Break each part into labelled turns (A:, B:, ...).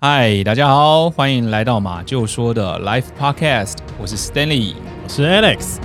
A: 嗨，大家好，欢迎来到马就说的 Life Podcast，我是 Stanley。
B: 我是 Alex。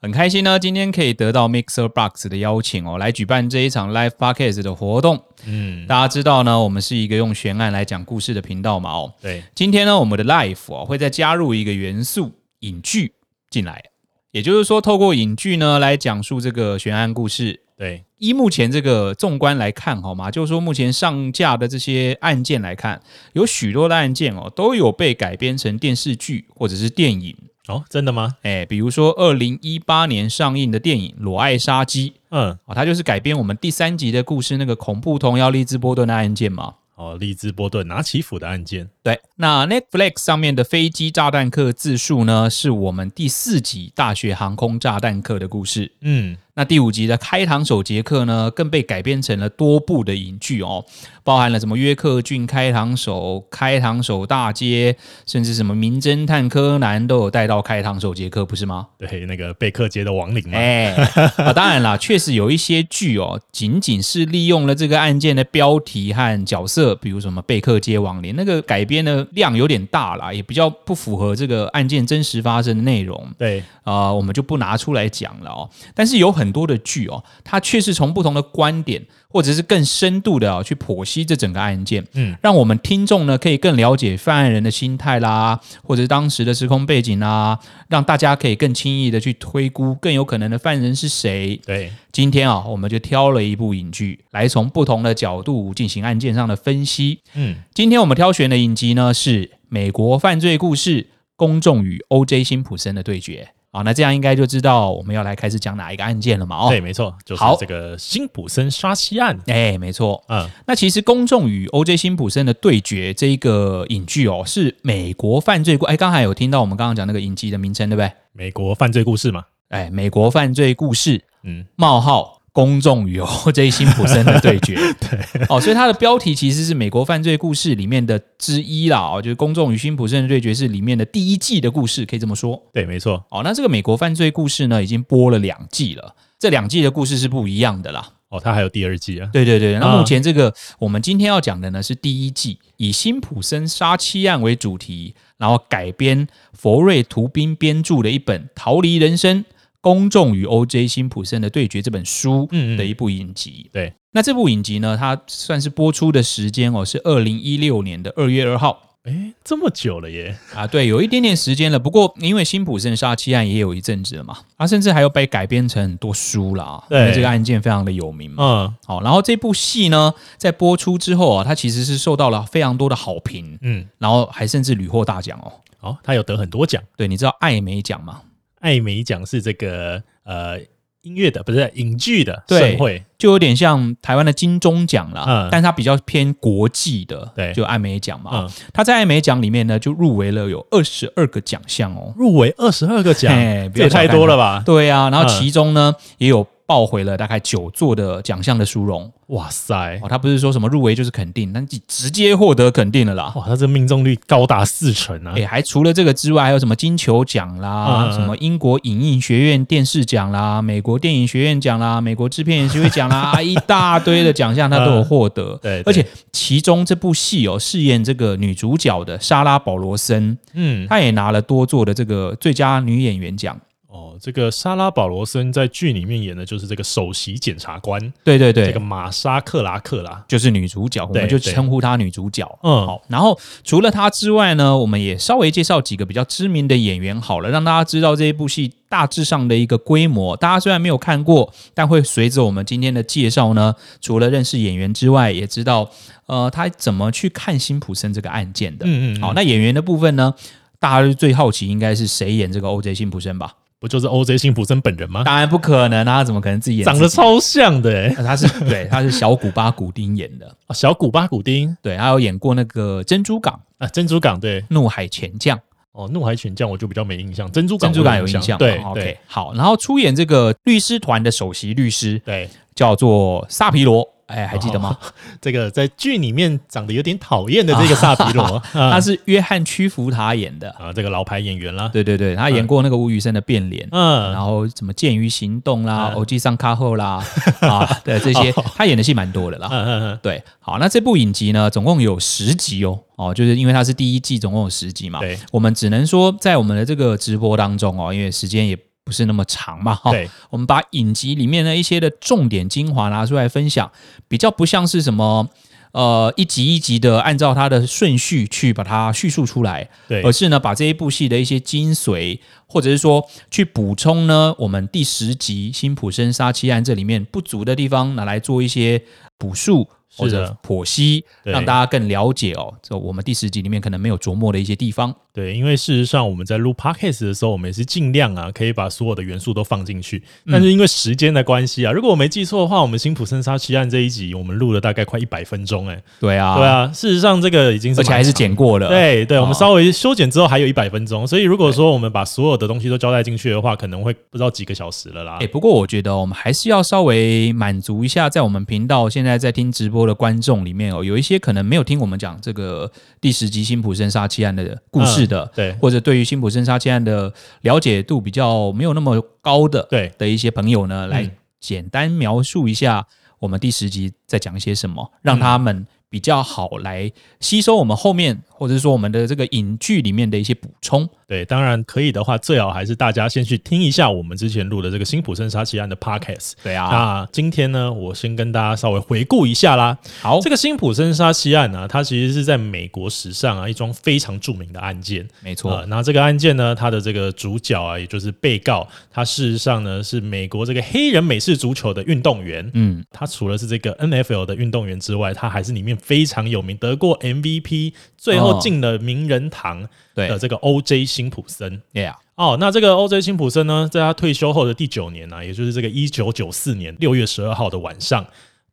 A: 很开心呢，今天可以得到 Mixer Box 的邀请哦，来举办这一场 Live Podcast 的活动。
B: 嗯，
A: 大家知道呢，我们是一个用悬案来讲故事的频道嘛哦。
B: 对，
A: 今天呢，我们的 Life 哦会再加入一个元素影剧进来，也就是说，透过影剧呢来讲述这个悬案故事，
B: 对，
A: 依目前这个纵观来看，好吗？就是说，目前上架的这些案件来看，有许多的案件哦，都有被改编成电视剧或者是电影。
B: 哦，真的吗？
A: 哎，比如说二零一八年上映的电影《裸爱杀机》
B: 嗯，
A: 哦，它就是改编我们第三集的故事那个恐怖童谣利兹波顿的案件嘛。
B: 哦，利兹波顿拿起斧的案件，
A: 对，那 Netflix 上面的飞机炸弹客自述呢，是我们第四集大学航空炸弹客的故事。
B: 嗯，
A: 那第五集的开膛手杰克呢，更被改编成了多部的影剧哦，包含了什么约克郡开膛手、开膛手大街，甚至什么名侦探柯南都有带到开膛手杰克，不是吗？
B: 对，那个贝克街的亡灵嘛，
A: 哎、啊，当然啦，确实有一些剧哦，仅仅是利用了这个案件的标题和角色，比如什么贝克街亡灵，那个改编的量有点大啦，也比较不符合这个案件真实发生的内容。
B: 对，
A: 啊，我们就不拿出来讲了哦。但是有很多的剧哦，它确实从不同的观点，或者是更深度的、哦、去剖析这整个案件，
B: 嗯，
A: 让我们听众呢可以更了解犯案人的心态啦，或者是当时的时空背景啦，让大家可以更轻易的去推估更有可能的犯人是谁。
B: 对，
A: 今天啊、我们就挑了一部影剧来从不同的角度进行案件上的分析。
B: 嗯，
A: 今天我们挑选的影集呢是《美国犯罪故事》，公众与 O.J. 辛普森的对决。好，那这样应该就知道我们要来开始讲哪一个案件了嘛？哦，
B: 对，，没错，就是
A: 好
B: 这个辛普森杀妻案。
A: 哎，没错。
B: 嗯，
A: 那其实公众与 O.J. 辛普森的对决这一个影剧哦，是美国犯罪故哎，刚才有听到我们刚刚讲那个影集的名称对不对？
B: 美国犯罪故事嘛，
A: 哎，美国犯罪故事
B: 嗯，
A: 冒号公众 与 O.J. 辛普森的对决。对，哦，所以它的标题其实是《美国犯罪故事》里面的之一啦，哦，就是公众与辛普森的对决是里面的第一季的故事，可以这么说。
B: 对，没错。
A: 哦，那这个《美国犯罪故事》呢，已经播了两季了，这两季的故事是不一样的啦。
B: 哦，他还有第二季啊。
A: 对对对，那
B: 啊
A: 目前这个、我们今天要讲的呢是第一季，以辛普森杀妻案为主题，然后改编佛瑞图宾编著的一本《逃离人生：公众与 O.J. 辛普森的对决》这本书
B: 嗯嗯
A: 的一部影集。
B: 对，
A: 那这部影集呢，它算是播出的时间哦，是二零一六年的二月二号。
B: 哎，这么久了耶。
A: 啊，对，有一点点时间了。不过因为辛普森杀妻案也有一阵子了嘛，啊，甚至还有被改编成很多书啦。啊
B: 对
A: 因为这个案件非常的有名嘛。
B: 嗯
A: 好、然后这部戏呢，在播出之后啊，它其实是受到了非常多的好评，
B: 嗯，
A: 然后还甚至屡获大奖哦。
B: 哦，他有得很多奖，
A: 对，你知道艾美奖吗？
B: 艾美奖是这个呃音乐的，不是影剧的
A: 对
B: 盛会。
A: 就有点像台湾的金钟奖啦，
B: 嗯
A: 但它比较偏国际的，
B: 对
A: 就艾美奖嘛。
B: 嗯，
A: 它在艾美奖里面呢，就入围了有二十二个奖项哦。
B: 入围二十二个奖
A: 嘿，不
B: 这
A: 要
B: 也
A: 小
B: 太
A: 看
B: 多
A: 它
B: 了吧？
A: 对啊，然后
B: 嗯
A: 其中呢、也有抱回了大概九座的奖项的殊荣
B: 哇塞！
A: 哦。他不是说什么入围就是肯定，但直接获得肯定了啦。
B: 哇，他这命中率高达四成啊！
A: 哎、还除了这个之外，还有什么金球奖啦，
B: 嗯嗯嗯
A: 什么英国影艺学院电视奖啦，美国电影学院奖啦，美国制片人协会奖啦， 一大堆的奖项他都有获得。
B: 嗯对对
A: 而且其中这部戏哦，饰演这个女主角的莎拉保罗森，
B: 嗯，
A: 她也拿了多座的这个最佳女演员奖。
B: 哦，这个莎拉·保罗森在剧里面演的就是这个首席检察官，
A: 对对对，
B: 这个玛莎·克拉克拉。
A: 就是女主角，我们
B: 对
A: 就
B: 对
A: 称呼她女主角。
B: 嗯
A: 好，然后除了她之外呢，我们也稍微介绍几个比较知名的演员好了，让大家知道这一部戏大致上的一个规模。大家虽然没有看过，但会随着我们今天的介绍呢，除了认识演员之外，也知道呃他怎么去看辛普森这个案件的。
B: 嗯嗯，
A: 好，那演员的部分呢，大家最好奇应该是谁演这个 O.J. 辛普森吧？
B: 不就是 O.J. 辛普森本人吗？
A: 当然不可能啊，他怎么可能自己演
B: 长
A: 自
B: 得
A: 己？呃
B: 超像的欸、
A: 他是对，他是小古巴古丁演的，
B: 啊小古巴古丁
A: 对，他有演过那个《珍珠港》。
B: 啊，珍珠港对
A: 怒海潜将，
B: 哦，怒海犬将我就比较没印象，珍珠
A: 珍
B: 港
A: 珠
B: 我
A: 港有
B: 印哦
A: 印象吗。
B: 对
A: o
B: 对
A: k 好，然后出演这个律师团的首席律师
B: 对，
A: 叫做萨皮罗哎，还记得吗？
B: 这个在剧里面长得有点讨厌的这个萨皮 罗啊
A: 他是约翰·屈伏塔演的，
B: 啊，这个老牌演员啦，
A: 对对对，他演过那个吴宇森的《变脸》。
B: 嗯，
A: 然后什么《剑鱼行动》啦，
B: 嗯哦
A: 《偶记上卡后》 啦，啊，对这些，他演的戏蛮多的啦。
B: 嗯嗯嗯，
A: 对，好，那这部影集呢，总共有十集哦，哦，就是因为它是第一季，总共有十集嘛。
B: 对
A: 我们只能说在我们的这个直播当中哦，因为时间也不是那么长嘛，哦哈、
B: 对，
A: 我们把影集里面的一些的重点精华拿出来分享，比较不像是什么。呃，一集一集的按照它的顺序去把它叙述出来，
B: 对
A: 而是呢把这一部戏的一些精髓，或者是说去补充呢我们第十集《辛普森杀妻案》这里面不足的地方，拿来做一些补述或
B: 是的
A: 者剖析，
B: 对
A: 让大家更了解哦，这我们第十集里面可能没有琢磨的一些地方。
B: 对，因为事实上我们在录 podcast 的时候，我们也是尽量啊，可以把所有的元素都放进去。
A: 嗯
B: 但是因为时间的关系啊，如果我没记错的话，我们《辛普森杀妻案》这一集我们录了大概快一百分钟、欸，
A: 对啊，
B: 对，啊，事实上这个已经是
A: 而且还是
B: 蛮长
A: 剪过了，
B: 对对，我们
A: 哦
B: 稍微修剪之后还有一百分钟，所以如果说我们把所有的东西都交代进去的话，可能会不知道几个小时了啦
A: 哎、。不过我觉得我们还是要稍微满足一下，在我们频道现在在听直播的观众里面哦，有一些可能没有听我们讲这个第十集辛普森杀妻案的故事的，
B: 嗯对
A: 或者对于辛普森杀妻案的了解度比较没有那么高的，
B: 对
A: 的一些朋友呢，来简单描述一下我们第十集在讲些什么，让他们比较好来吸收我们后面或者是说我们的这个影剧里面的一些补充。
B: 对，当然可以的话，最好还是大家先去听一下我们之前录的这个《辛普森杀妻案》的 podcast。
A: 对啊，
B: 那今天呢，我先跟大家稍微回顾一下啦。
A: 好
B: 这，个辛普森杀妻案呢、它其实是在美国史上啊一桩非常著名的案件。
A: 没错，
B: 啊，那这个案件呢，它的这个主角啊，也就是被告，他事实上呢是美国这个黑人美式足球的运动员。
A: 嗯，
B: 他除了是这个 NFL 的运动员之外，他还是里面非常有名，得过 MVP，最后进了名人堂
A: 哦对
B: 的这个 OJ 辛普森。
A: ，Yeah，
B: 哦，那这个 O.J. 辛普森呢，在他退休后的第九年呢、啊也就是这个一九九四年六月十二号的晚上，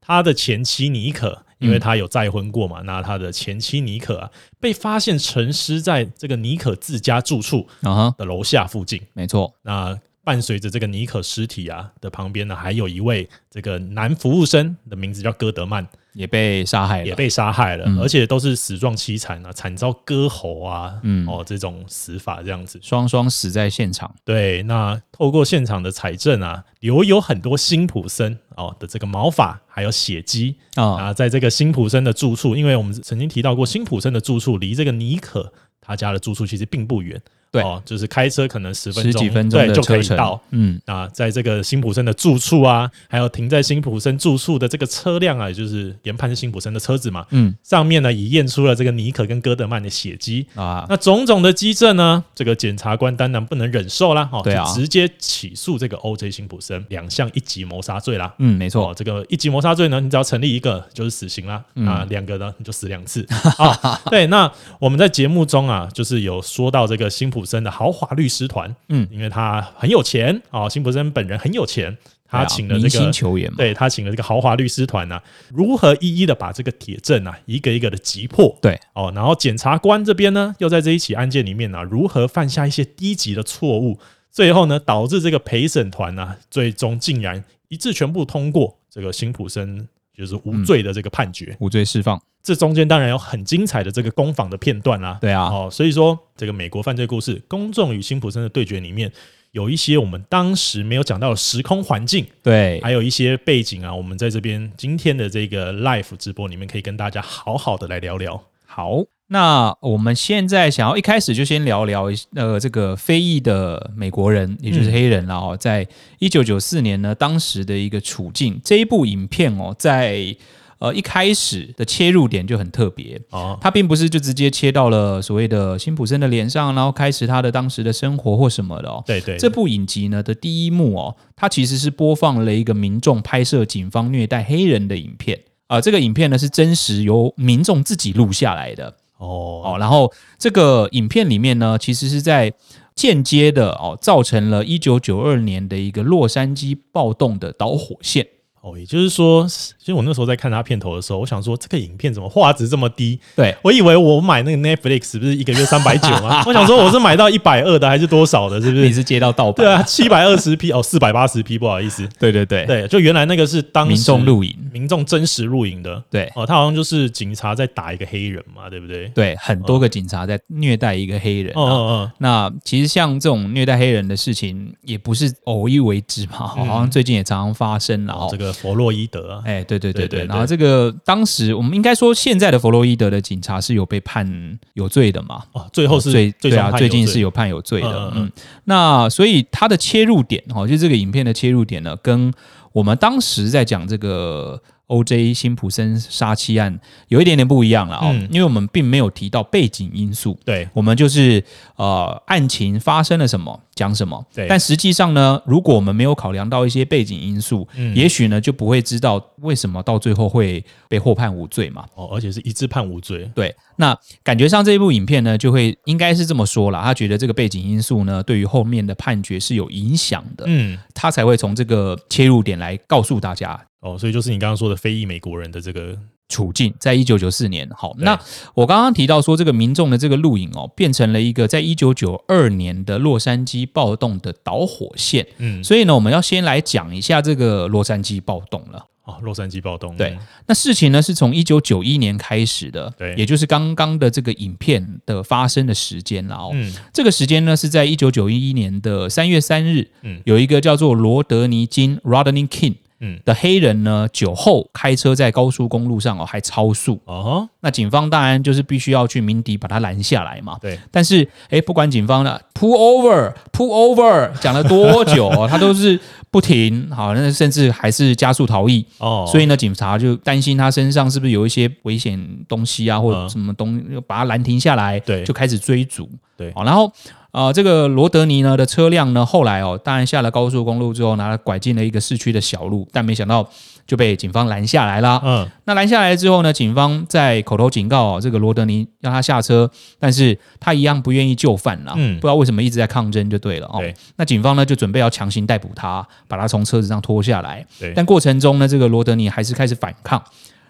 B: 他的前妻尼可，因
A: 嗯
B: 为他有再婚过嘛，那他的前妻尼可啊，被发现沉尸在这个尼可自家住处
A: 嗯哼，
B: 的楼下附近。
A: 没错。
B: 那伴随着这个尼可尸体啊的旁边呢，还有一位这个男服务生的名字叫戈德曼，
A: 也被杀害了，
B: 也被杀害了，
A: 嗯
B: 而且都是死状凄惨啊，惨遭割喉啊，
A: 嗯
B: 哦这种死法这样子。
A: 双双死在现场。
B: 对，那透过现场的采证啊，留有很多辛普森哦的这个毛发，还有血迹
A: 啊、
B: 啊，在这个辛普森的住处，因为我们曾经提到过，辛普森的住处离这个尼可他家的住处其实并不远，
A: 对
B: 哦，就是开车可能十分
A: 十
B: 钟，
A: 几分钟
B: 对
A: 的
B: 就可
A: 车
B: 以
A: 程
B: 到。，
A: 嗯，
B: 啊，在这个辛普森的住处啊，还有停在辛普森住处的这个车辆啊，也就是研判是辛普森的车子嘛，
A: 嗯
B: 上面呢也验出了这个尼可跟戈德曼的血迹。
A: 啊，
B: 那种种的基证呢，这个检察官当然不能忍受啦，哦，
A: 对啊
B: 就直接起诉这个 O.J. 辛普森两项一级谋杀罪啦。
A: 嗯，没错
B: 哦，，这个一级谋杀罪呢，你只要成立一个就是死刑啦，
A: 嗯
B: 啊，两个呢你就死两次 啊。对，那我们在节目中啊，就是有说到这个辛普森的豪华律师团，
A: 嗯
B: 因为他很有钱啊，辛普森本人很有钱，他
A: 对啊
B: 请了
A: 明
B: 这个
A: 星。球员嘛，
B: 对他请了这个豪华律师团呢、啊，如何一一的把这个铁证啊，一个一个的击破
A: 对，
B: 哦，然后检察官这边呢，又在这一起案件里面呢、如何犯下一些低级的错误，最后呢，导致这个陪审团呢，最终竟然一致全部通过这个辛普森就是无罪的这个判决。
A: 无罪释放，
B: 这中间当然有很精彩的这个攻防的片段啦、
A: 对啊，
B: 哦，所以说这个美国犯罪故事《公众与辛普森的对决》里面。有一些我们当时没有讲到的时空环境，
A: 对，
B: 还有一些背景啊，我们在这边今天的这个 live 直播里面可以跟大家好好的来聊聊。
A: 好。那我们现在想要一开始就先聊聊呃这个非裔的美国人，也就是黑人啦
B: 嗯
A: 哦，在一九九四年呢当时的一个处境。这一部影片哦，在呃一开始的切入点就很特别，
B: 哦，
A: 他并不是就直接切到了所谓的辛普森的脸上，然后开始他的当时的生活或什么的哦。
B: 对对，
A: 这部影集呢的第一幕哦，它其实是播放了一个民众拍摄警方虐待黑人的影片啊、这个影片呢是真实由民众自己录下来的
B: 哦
A: 哦。然后这个影片里面呢，其实是在间接的哦，造成了一九九二年的一个洛杉矶暴动的导火线。
B: 哦，也就是说，其实我那时候在看他片头的时候，我想说这个影片怎么画质这么低？
A: 对，
B: 我以为我买那个 Netflix 不是一个月三百九 吗？我想说我是买到一百二的还是多少的？是不
A: 你
B: 是？
A: 是接到盗版
B: 对，啊，七百二十 P 哦，四百八十 P，不好意思。
A: 对对对，
B: 对，就原来那个是当时
A: 民众录影，
B: 民众真实录影的。
A: 对
B: 哦，他好像就是警察在打一个黑人嘛，对不对？
A: 对，很
B: 哦
A: 多个警察在虐待一个黑人、
B: 嗯
A: 啊。
B: 嗯
A: 那其实像这种虐待黑人的事情，也不是偶一为之嘛，好像最近也常常发生了
B: 嗯嗯，哦
A: 哦。
B: 这个弗洛伊德啊，
A: 哎，对对对
B: 对
A: 对，
B: 对
A: 然后这个当时我们应该说，现在的弗洛伊德的警察是有被判有罪的嘛？
B: 哦，最后是
A: 最
B: 最
A: 对啊，
B: 终判
A: 最
B: 有
A: 近
B: 罪
A: 是有判有罪的
B: 嗯。嗯
A: 嗯，那所以它的切入点哈，哦就是这个影片的切入点呢，跟我们当时在讲这个 O.J. 辛普森杀妻案有一点点不一样了哦，
B: 嗯
A: 因为我们并没有提到背景因素。
B: 对
A: 我们就是呃，案情发生了什么讲什么。
B: 对
A: 但实际上呢，如果我们没有考量到一些背景因素，
B: 嗯
A: 也许呢就不会知道为什么到最后会被获判无罪嘛。
B: 哦，而且是一致判无罪。
A: 对，那感觉上这一部影片呢，就会应该是这么说啦，他觉得这个背景因素呢，对于后面的判决是有影响的，
B: 嗯，
A: 他才会从这个切入点来告诉大家
B: 哦，所以就是你刚刚说的非裔美国人的这个，
A: 处境，在一九九四年。好，
B: 对
A: 那我刚刚提到说，这个民众的这个录影哦，变成了一个在一九九二年的洛杉矶暴动的导火线。
B: 嗯，
A: 所以呢，我们要先来讲一下这个洛杉矶暴动了。
B: 哦，洛杉矶暴动，
A: 对那事情呢是从一九九一年开始的，
B: 对
A: 也就是刚刚的这个影片的发生的时间啦。哦。
B: 嗯，
A: 这个时间呢是在一九九一年的三月三日，
B: 嗯
A: 有一个叫做罗德尼金 （Rodney King）
B: 嗯
A: 的黑人呢，酒后开车在高速公路上哦，还超速。
B: 哦，
A: 那警方当然就是必须要去鸣笛把他拦下来嘛。
B: 对，
A: 但是，哎，不管警方了，pull over，pull over，讲了多 久、哦，他都是不停，好，那甚至还是加速逃逸。
B: 哦，
A: 所
B: 以
A: 以呢，警察就担心他身上是不是有一些危险东西啊，或者
B: 嗯
A: 什么东，把他拦停下来，
B: 对
A: 就开始追逐。
B: 对
A: 好，然后呃，这个罗德尼呢的车辆呢，后来哦，当然下了高速公路之后，拿了拐进了一个市区的小路，但没想到就被警方拦下来啦。
B: 嗯，
A: 那拦下来之后呢，警方在口头警告、哦、这个罗德尼让他下车，但是他一样不愿意就范啦。
B: 嗯
A: 不知道为什么一直在抗争就对了哦
B: 对。
A: 那警方呢就准备要强行逮捕他，把他从车子上拖下来。
B: 对
A: 但过程中呢，这个罗德尼还是开始反抗。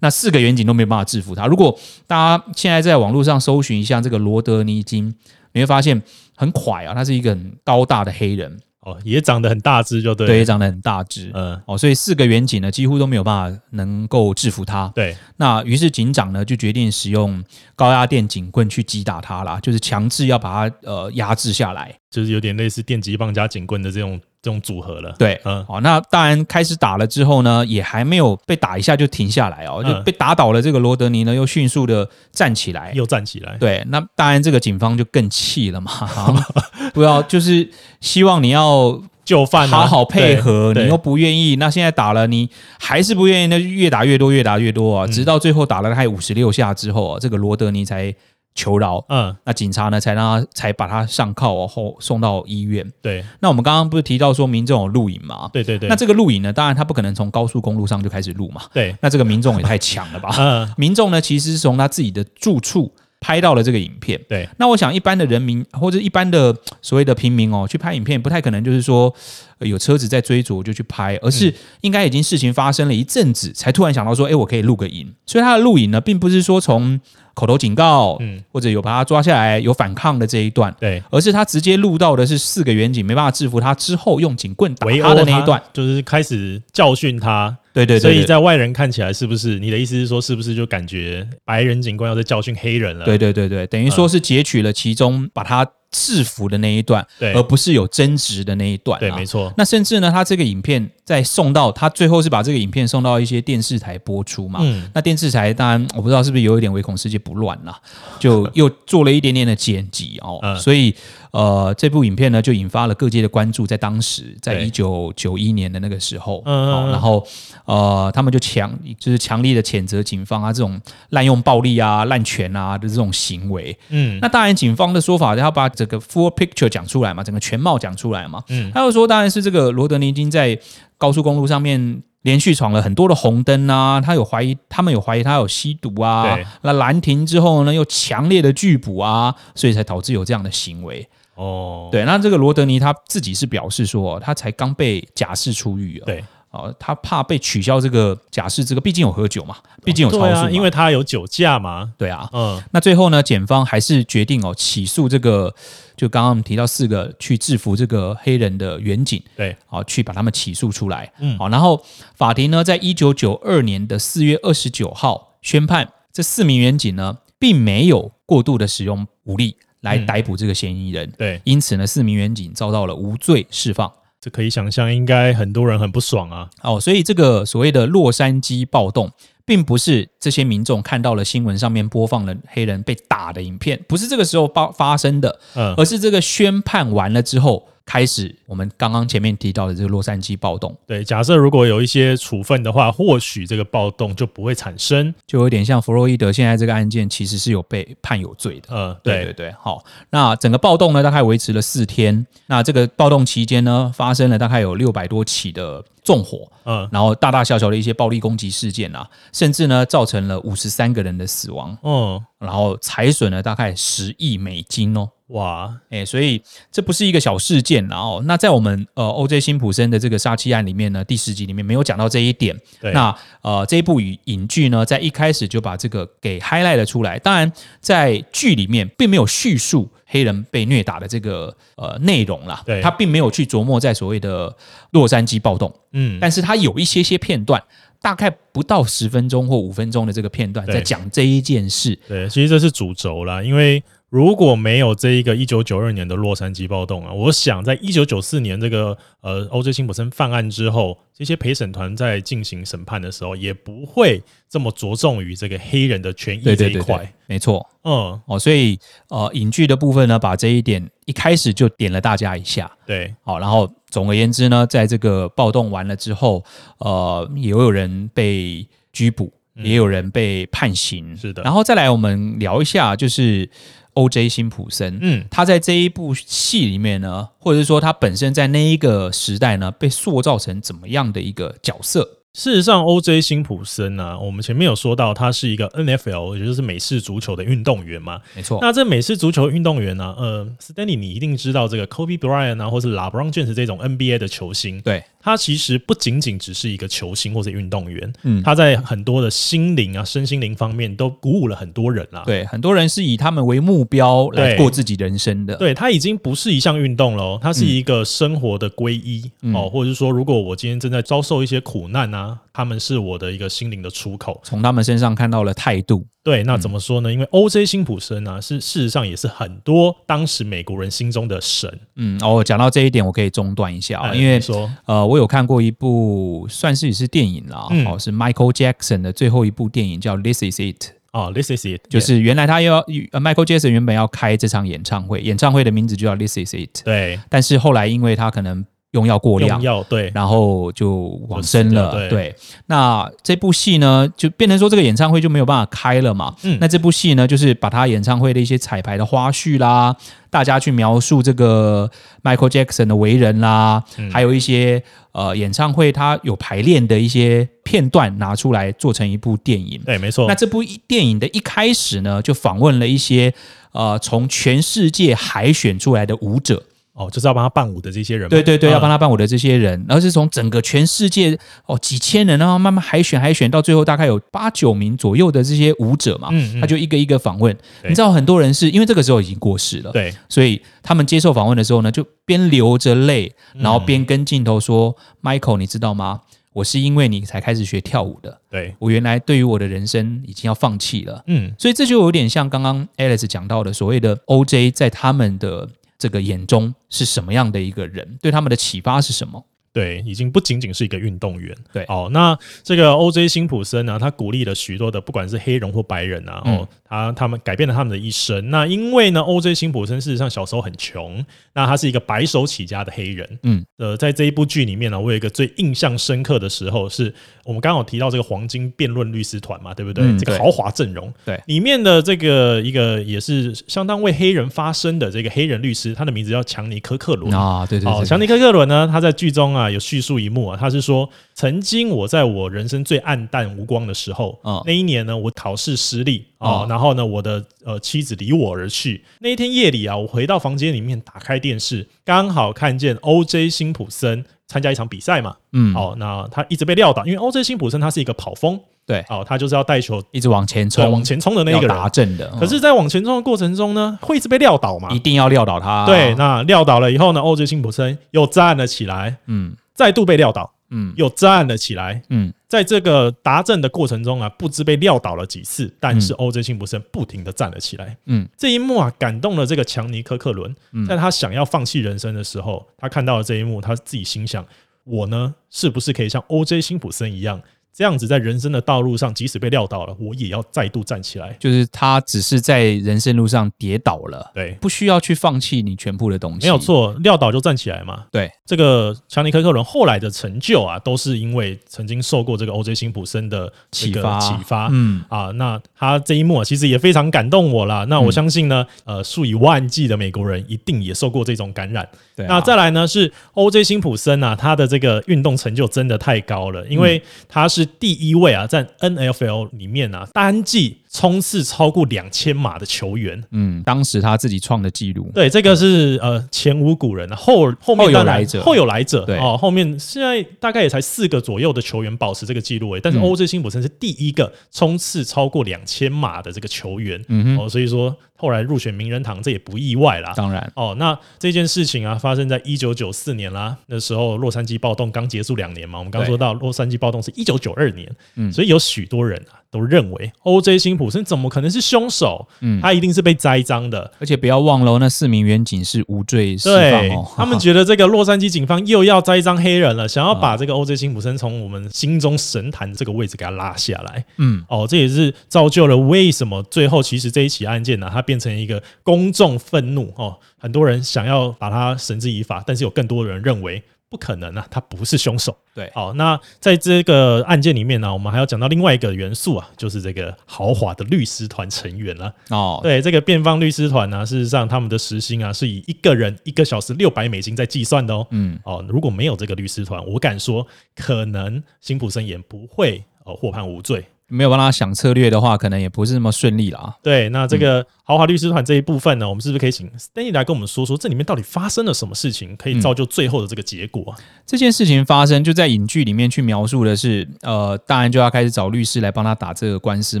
A: 那四个远警都没有办法制服他。如果大家现在在网络上搜寻一下这个罗德尼金，你会发现很快啊，他是一个很高大的黑人，
B: 哦，也长得很大只，就对，
A: 对，，长得很大只。
B: 嗯，
A: 哦，所以四个远警呢，几乎都没有办法能够制服他。
B: 对，
A: 那于是警长呢就决定使用高压电警棍去击打他啦，就是强制要把他呃压制下来。
B: 就是有点类似电击棒加警棍的这种这种组合了，
A: 对，
B: 嗯
A: 好、那当然开始打了之后呢，也还没有被打一下就停下来哦，
B: 嗯
A: 就被打倒了。这个罗德尼呢又迅速的站起来。
B: 又站起来，
A: 对，那当然这个警方就更气 了嘛， 好像不要就是希望你要
B: 就范啊，
A: 好好配
B: 对
A: 合，
B: 对
A: 你又不愿意，那现在打了你还是不愿意，那就越打越多，越打越多
B: 嗯
A: 啊，直到最后打了他五十六下之后啊，这个罗德尼才求饶，
B: 嗯，
A: 那警察呢才让他才把他上铐哦后送到医院。
B: 对，
A: 那我们刚刚不是提到说民众有录影吗？
B: 对对对，
A: 那这个录影呢，当然他不可能从高速公路上就开始录嘛，
B: 对，
A: 那这个民众也太强了吧？
B: 嗯，
A: 民众呢其实是从他自己的住处拍到了这个影片。
B: 对，
A: 那我想，一般的人民或者一般的所谓的平民哦，去拍影片不太可能就是说、呃有车子在追逐我就去拍，而
B: 嗯
A: 是应该已经事情发生了一阵子，才突然想到说，哎，我可以录个影。所以他的录影呢，并不是说从口头警告，
B: 嗯
A: 或者有把他抓下来有反抗的这一段，
B: 对，
A: 而是他直接录到的是四个远景没办法制服他之后用警棍打
B: 围
A: 他
B: 殴
A: 的那一段。，
B: 就是开始教训他，
A: 对对
B: 所
A: 对
B: 以
A: 对
B: 在外人看起来是不是？你的意思是说，是不是就感觉白人警官要在教训黑人了？
A: 对对对对，等于说是截取了其中把他制服的那一段，
B: 对
A: 而不是有争执的那一呃段、啊。
B: 对，没错，
A: 那甚至呢，他这个影片再送到他最后是把这个影片送到一些电视台播出嘛。
B: 嗯，
A: 那电视台当然我不知道是不是有一点唯恐世界不乱啦， 就又做了一点点的剪辑哦，
B: 嗯
A: 所以呃这部影片呢就引发了各界的关注，在当时在
B: 对
A: 一九九一年的那个时候，
B: 嗯嗯
A: 哦
B: 嗯
A: 然后呃他们就强就是强烈的谴责警方啊这种滥用暴力啊滥权啊的这种行为，
B: 嗯，
A: 那当然，警方的说法要把整个 full picture 讲出来嘛，整个全貌讲出来嘛。
B: 嗯
A: 他又说，当然是这个罗德尼金在高速公路上面连续闯了很多的红灯啊，他有怀疑，他们有怀疑他有吸毒啊
B: 对。
A: 那拦停之后呢，又强烈的拒捕啊，所以才导致有这样的行为。
B: 哦，
A: 对，那这个罗德尼他自己是表示说，他才刚被假释出狱啊。
B: 对，
A: 哦，他怕被取消这个假释资格，毕竟有喝酒嘛，毕竟有超
B: 对
A: 速
B: 啊，
A: 嘛
B: 因为他有酒驾嘛，
A: 对啊。
B: 嗯，
A: 那最后呢，检方还是决定哦起诉这个，就刚刚我们提到四个去制服这个黑人的远警，
B: 对，
A: 好、去把他们起诉出来。
B: 嗯
A: 好、然后法庭呢，在一九九二年的四月二十九号宣判，这四名远警呢，并没有过度的使用武力来
B: 嗯
A: 逮捕这个嫌疑人，
B: 对，
A: 因此呢，四名远警遭到了无罪释放。
B: 这可以想象，应该很多人很不爽啊，
A: 哦，所以这个所谓的洛杉矶暴动，并不是这些民众看到了新闻上面播放了黑人被打的影片，不是这个时候发发生的，
B: 嗯，
A: 而是这个宣判完了之后，开始我们刚刚前面提到的这个洛杉矶暴动，
B: 对，假设如果有一些处分的话，或许这个暴动就不会产生，
A: 就有点像弗洛伊德现在这个案件，其实是有被判有罪的。
B: 嗯，
A: 对
B: 对
A: 对，对，好，那整个暴动呢，大概维持了四天。那这个暴动期间呢，发生了大概有六百多起的纵火，
B: 嗯，
A: 然后大大小小的一些暴力攻击事件啊，甚至呢造成了五十三个人的死亡，
B: 嗯，
A: 然后财损了大概十亿美金哦。
B: 哇，
A: 哎，所以这不是一个小事件啦哦。那在我们呃 O.J. 辛普森的这个杀妻案里面呢，第十集里面没有讲到这一点。
B: 对
A: 那呃这一部影影剧呢，在一开始就把这个给 highlight 了出来。当然，在剧里面并没有叙述黑人被虐打的这个呃内容啦，
B: 对
A: 他并没有去琢磨在所谓的洛杉矶暴动，
B: 嗯，
A: 但是他有一些些片段，大概不到十分钟或五分钟的这个片段，
B: 对
A: 在讲这一件事。
B: 对，其实这是主轴啦，因为如果没有这一个一九九二年的洛杉矶暴动啊，我想在一九九四年这个呃 O.J. 辛普森犯案之后，这些陪审团在进行审判的时候，也不会这么着重于这个黑人的权益
A: 对
B: 这
A: 对
B: 一
A: 对
B: 块
A: 对。，没错。
B: 嗯，
A: 哦，所以呃，影剧的部分呢，把这一点一开始就点了大家一下。
B: 对，
A: 好、然后总而言之呢，在这个暴动完了之后，呃，也有人被拘捕，也有人被判刑。
B: 嗯是的
A: 然后再来，我们聊一下就是 O.J. 辛普森，
B: 嗯，
A: 他在这一部戏里面呢，或者是说他本身在那一个时代呢，被塑造成怎么样的一个角色？
B: 事实上，O.J. 辛普森呢、我们前面有说到，他是一个 N.F.L，也就是美式足球的运动员嘛。
A: 没错，
B: 那这美式足球运动员呢、呃，Stanley，你一定知道这个 Kobe Bryant 啊，或是 LeBron James 这种 NBA 的球星，
A: 对，
B: 他其实不仅仅只是一个球星或者运动员，
A: 嗯。
B: 他在很多的心灵啊、身心灵方面都鼓舞了很多人啊啦、
A: 对，很多人是以他们为目标来
B: 对
A: 过自己人生的。
B: 对他已经不是一项运动了哦，它是一个生活的皈依、
A: 嗯
B: 哦，或者是说，如果我今天正在遭受一些苦难啊，他们是我的一个心灵的出口。
A: 从他们身上看到了态度。
B: 对，那怎么说呢？因为
A: 嗯
B: O.J. 辛普森啊，是事实上也是很多当时美国人心中的神
A: 嗯，哦，讲到这一点，我可以中断一下、哦，
B: 哎
A: 因为
B: 你说
A: 呃，我有看过一部算是也是电影啦，
B: 嗯
A: 哦，是 Michael Jackson 的最后一部电影叫《This Is It》，
B: 啊，This is it，
A: 就是原来他要、呃、Michael Jackson 原本要开这场演唱会，演唱会的名字就叫《This Is It》，
B: 对
A: 但是后来因为他可能用药过量
B: 用。药对
A: 然后就往生了，
B: 就死掉对
A: 那这部戏呢，就变成说这个演唱会就没有办法开了嘛。
B: 嗯
A: 那这部戏呢，就是把他演唱会的一些彩排的花絮啦，大家去描述这个 Michael Jackson 的为人啦，
B: 嗯
A: 还有一些呃演唱会他有排练的一些片段拿出来做成一部电影。
B: 对，没错
A: 那。这部一电影的一开始呢，就访问了一些呃从全世界海选出来的舞者，
B: 哦，就是要帮他伴舞的这些人嘛，
A: 对对对，要帮
B: 他
A: 他伴舞的这些人，然后是从整个全世界哦几千人，然后慢慢海选海选，到最后大概有八九名左右的这些舞者嘛，
B: 嗯嗯
A: 他就一个一个访问。
B: 对
A: 你知道很多人是因为这个时候已经过世了，，
B: 嗯对
A: 所以他们接受访问的时候呢，就边流着泪，
B: 嗯
A: 然后边跟镜头说、m i c h a e l 你知道吗？我是因为你才开始学跳舞的，
B: 对，
A: 我原来对于我的人生已经要放弃了。”
B: 嗯，
A: 所以这就有点像刚刚 Alice 讲到的，所谓的 OJ 在他们的这个眼中是什么样的一个人，对他们的启发是什么？
B: 对，已经不仅仅是一个运动员。
A: 对
B: 哦，那这个 O.J. 辛普森呢、他鼓励了许多的，不管是黑人或白人啊，
A: 嗯
B: 哦，他他们改变了他们的一生。那因为呢，O.J. 辛普森事实上小时候很穷，那他是一个白手起家的黑人。
A: 嗯，
B: 呃，在这一部剧里面呢，我有一个最印象深刻的时候是，我们刚好提到这个黄金辩论律师团嘛，对不对？
A: 嗯
B: 这个
A: 对
B: 豪华阵容，
A: 对
B: 里面的这个一个也是相当为黑人发声的这个黑人律师，他的名字叫强尼科克伦。
A: 啊，对对
B: 哦，
A: 对
B: 强尼科克伦呢，他在剧中啊啊，有叙述一幕啊，他是说，曾经我在我人生最暗淡无光的时候，
A: 嗯
B: 那一年呢，我考试失利啊、
A: 哦
B: 然后呢，我的呃妻子离我而去。那一天夜里啊，我回到房间里面，打开电视，刚好看见 O.J. 辛普森参加一场比赛嘛，
A: 嗯，
B: 哦，那他一直被撂倒，因为 O.J. 辛普森他是一个跑锋，
A: 对，
B: 哦，他就是要带球
A: 一直往前
B: 对
A: 冲，
B: 往前冲的那一
A: 哎要
B: 个人
A: 打。正的，嗯
B: 可是，在往前冲的过程中呢，会一直被撂倒嘛
A: 一？定要撂倒他。
B: 对，，那撂倒了以后呢，O.J. 辛普森又站了起来，
A: 嗯
B: 再度被撂倒，
A: 嗯
B: 又站了起来。
A: 嗯，
B: 在这个达阵的过程中啊，不知被撂倒了几次，但是
A: 嗯
B: O.J. 辛普森不停的站了起来。
A: 嗯，
B: 这一幕啊，感动了这个强尼科克伦
A: 嗯。
B: 在他想要放弃人生的时候，他看到了这一幕，他自己心想：我呢，是不是可以像 O.J. 辛普森一样，这样子在人生的道路上，即使被撂倒了，我也要再度站起来？
A: 就是他只是在人生路上跌倒了，
B: 对，
A: 不需要去放弃你全部的东西。
B: 没有，错，撂倒就站起来嘛。
A: 对，
B: 这个强尼科克伦后来的成就啊，都是因为曾经受过这个 O.J. 辛普森的这
A: 启
B: 个
A: 发
B: 启发。
A: 嗯，
B: 啊，那他这一幕啊其实也非常感动我啦。那
A: 嗯
B: 我相信呢，呃，数以万计的美国人一定也受过这种感染。
A: 对啊。
B: 那再来呢是 O.J. 辛普森啊，他的这个运动成就真的太高了，因
A: 嗯
B: 为他是第一位啊，在 N.F.L. 里面啊单季冲刺超过两千码的球员。
A: 嗯，当时他自己创的记录，
B: 对，这个是呃前无古人，后后面
A: 嗯后有
B: 当然
A: 来者
B: 后有来者
A: 对
B: 哦，后面现在大概也才四个左右的球员保持这个记录诶，但是
A: 嗯
B: O.J. 辛普森是第一个冲刺超过两千码的这个球员、
A: 嗯哼，啊
B: 哦，所以说后来入选名人堂这也不意外啦。
A: 当然，
B: 哦，那这件事情啊，发生在一九九四年啦。那时候洛杉矶暴动刚结束两年嘛，我们刚
A: 对
B: 说到洛杉矶暴动是一九九二年，
A: 嗯
B: 所以有许多人啊都认为 O.J. 辛普森怎么可能是凶手？
A: 嗯，
B: 他一定是被栽赃的。
A: 而且不要忘了哦，那四名远警是无罪释放
B: 对
A: 哦，，
B: 他们觉得这个洛杉矶警方又要栽赃黑人了，想要
A: 啊
B: 把这个 O.J. 辛普森从我们心中神坛这个位置给他拉下来。
A: 嗯，
B: 哦，这也是造就了为什么最后其实这一起案件呢、它变成一个公众愤怒哦，很多人想要把它绳之以法，但是有更多人认为不可能啊，他不是凶手。
A: 对
B: 好、那在这个案件里面呢、我们还要讲到另外一个元素啊，就是这个豪华的律师团成员了、
A: 哦，
B: 对，这个辩方律师团呢、啊事实上他们的时薪啊是以一个人一个小时六百美金在计算的哦。
A: 嗯，
B: 哦，如果没有这个律师团，我敢说，可能辛普森也不会呃获判无罪。
A: 没有帮他想策略的话，可能也不是那么顺利啦。
B: 对，那这个豪华律师团这一部分呢，我们是不是可以请 Stanley 来跟我们说说这里面到底发生了什么事情，可
A: 嗯
B: 以造就最后的这个结果？
A: 这件事情发生，就在影剧里面去描述的是，呃，大安就要开始找律师来帮他打这个官司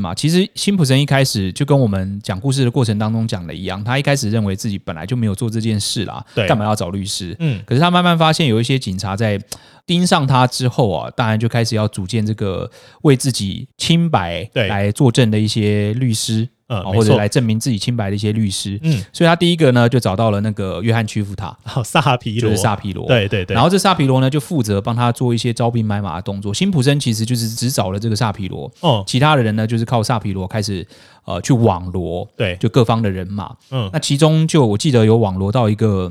A: 嘛。其实辛普森一开始就跟我们讲故事的过程当中讲的一样，他一开始认为自己本来就没有做这件事啦，
B: 对
A: 干嘛要找律师？
B: 嗯，
A: 可是他慢慢发现有一些警察在盯上他之后啊，当然就开始要组建这个为自己清白
B: 对
A: 来作证的一些律师
B: 呃
A: 啊，或
B: 没
A: 者
B: 错
A: 来证明自己清白的一些律师。
B: 嗯，
A: 所以他第一个呢就找到了那个约翰屈服塔，
B: 好，萨皮
A: 就
B: 罗，
A: 是萨皮罗。。
B: 对对对，
A: 然后这萨皮罗呢，就负责帮他做一些招兵买马的动作。辛普森其实就是只找了这个萨皮罗，
B: 哦，
A: 其他的人呢，就是靠萨皮罗开始呃去网罗，
B: 对，
A: 就各方的人马。
B: 嗯
A: 那其中就我记得有网罗到一个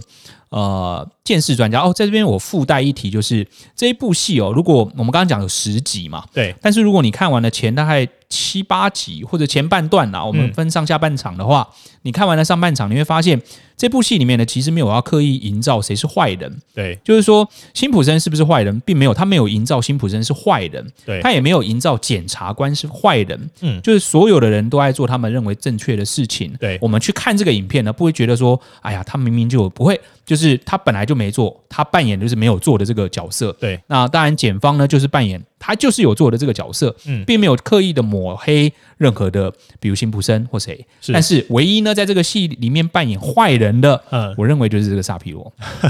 A: 呃见识专家哦，在这边我附带一提，就是这一部戏哦，如果我们刚刚讲有十集嘛，
B: 对，
A: 但是如果你看完了前大概七八集或者前半段啊
B: 嗯
A: 啦，我们分上下半场的话，你看完了上半场，你会发现这部戏里面呢，其实没有要刻意营造谁是坏人，
B: 对
A: 就是说辛普森是不是坏人，并没有，他没有营造辛普森是坏人，
B: 对，
A: 他也没有营造检察官是坏人，
B: 嗯
A: 就是所有的人都在做他们认为正确的事情。
B: 对
A: 我们去看这个影片呢，不会觉得说，哎呀，他明明就有不会，就是他本来就没做，他扮演就是没有做的这个角色。
B: 对，
A: 那当然，检方呢就是扮演他就是有做的这个角色，
B: 嗯
A: 并没有刻意的抹黑任何的，比如辛普森或谁。
B: 是
A: 但是唯一呢，在这个戏里面扮演坏人的，
B: 嗯
A: 我认为就是这个萨皮罗。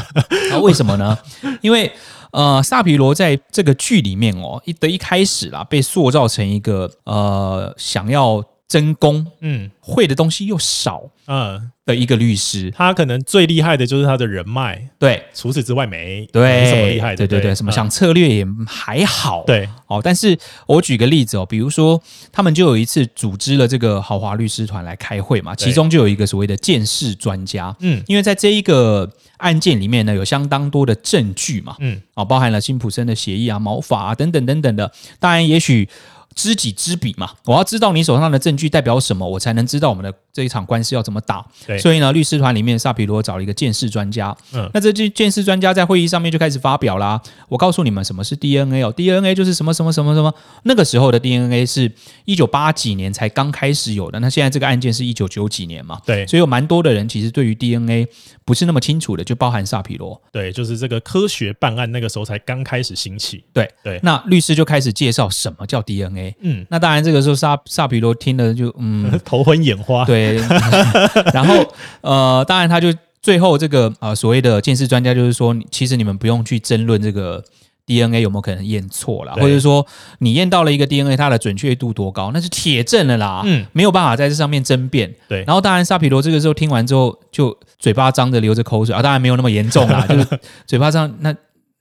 A: 那为什么呢？因为呃，萨皮罗在这个剧里面哦，一的一开始啦，被塑造成一个呃想要争功、
B: 嗯
A: 会的东西又少
B: 嗯，
A: 的一个律师。
B: 他可能最厉害的就是他的人脉，
A: 对
B: 除此之外没
A: 对，
B: 没什么厉害的，
A: 对对对，什么
B: 嗯
A: 想策略也还好。。
B: 对，
A: 哦，但是我举个例子哦，比如说他们就有一次组织了这个豪华律师团来开会嘛，
B: 对
A: 其中就有一个所谓的鉴识专家，
B: 嗯
A: 因为在这一个案件里面呢，有相当多的证据嘛，
B: 嗯，
A: 哦，包含了辛普森的协议啊、毛发啊等等等等的。当然，也许知己知彼嘛，我要知道你手上的证据代表什么，我才能知道我们的这一场官司要怎么打
B: 对。
A: 所以呢，律师团里面萨皮罗找了一个鉴识专家，
B: 嗯
A: 那这鉴鉴识专家在会议上面就开始发表啦。我告诉你们什么是 DNA 哦，DNA 就是什么什么什么什么。那个时候的 DNA 是一九八几年才刚开始有的，那现在这个案件是一九九几年嘛，
B: 对
A: 所以有蛮多的人其实对于 DNA 不是那么清楚的，就包含萨皮罗。
B: 对，就是这个科学办案那个时候才刚开始兴起。
A: 对
B: 对
A: 那律师就开始介绍什么叫 DNA。
B: 嗯，
A: 那当然，这个时候萨萨皮罗听了就嗯，
B: 头昏眼 花。
A: 对，然后呃，当然他就最后这个呃所谓的鉴识专家就是说，你其实你们不用去争论这个 DNA 有没有可能验错啦，或
B: 对
A: 者说你验到了一个 DNA，它的准确度多高，那是铁证了啦，
B: 嗯
A: 没有办法在这上面争辩。
B: 对
A: 然后当然萨皮罗这个时候听完之后，就嘴巴张着流着口水啊，当然没有那么严重 啦，就是嘴巴张那。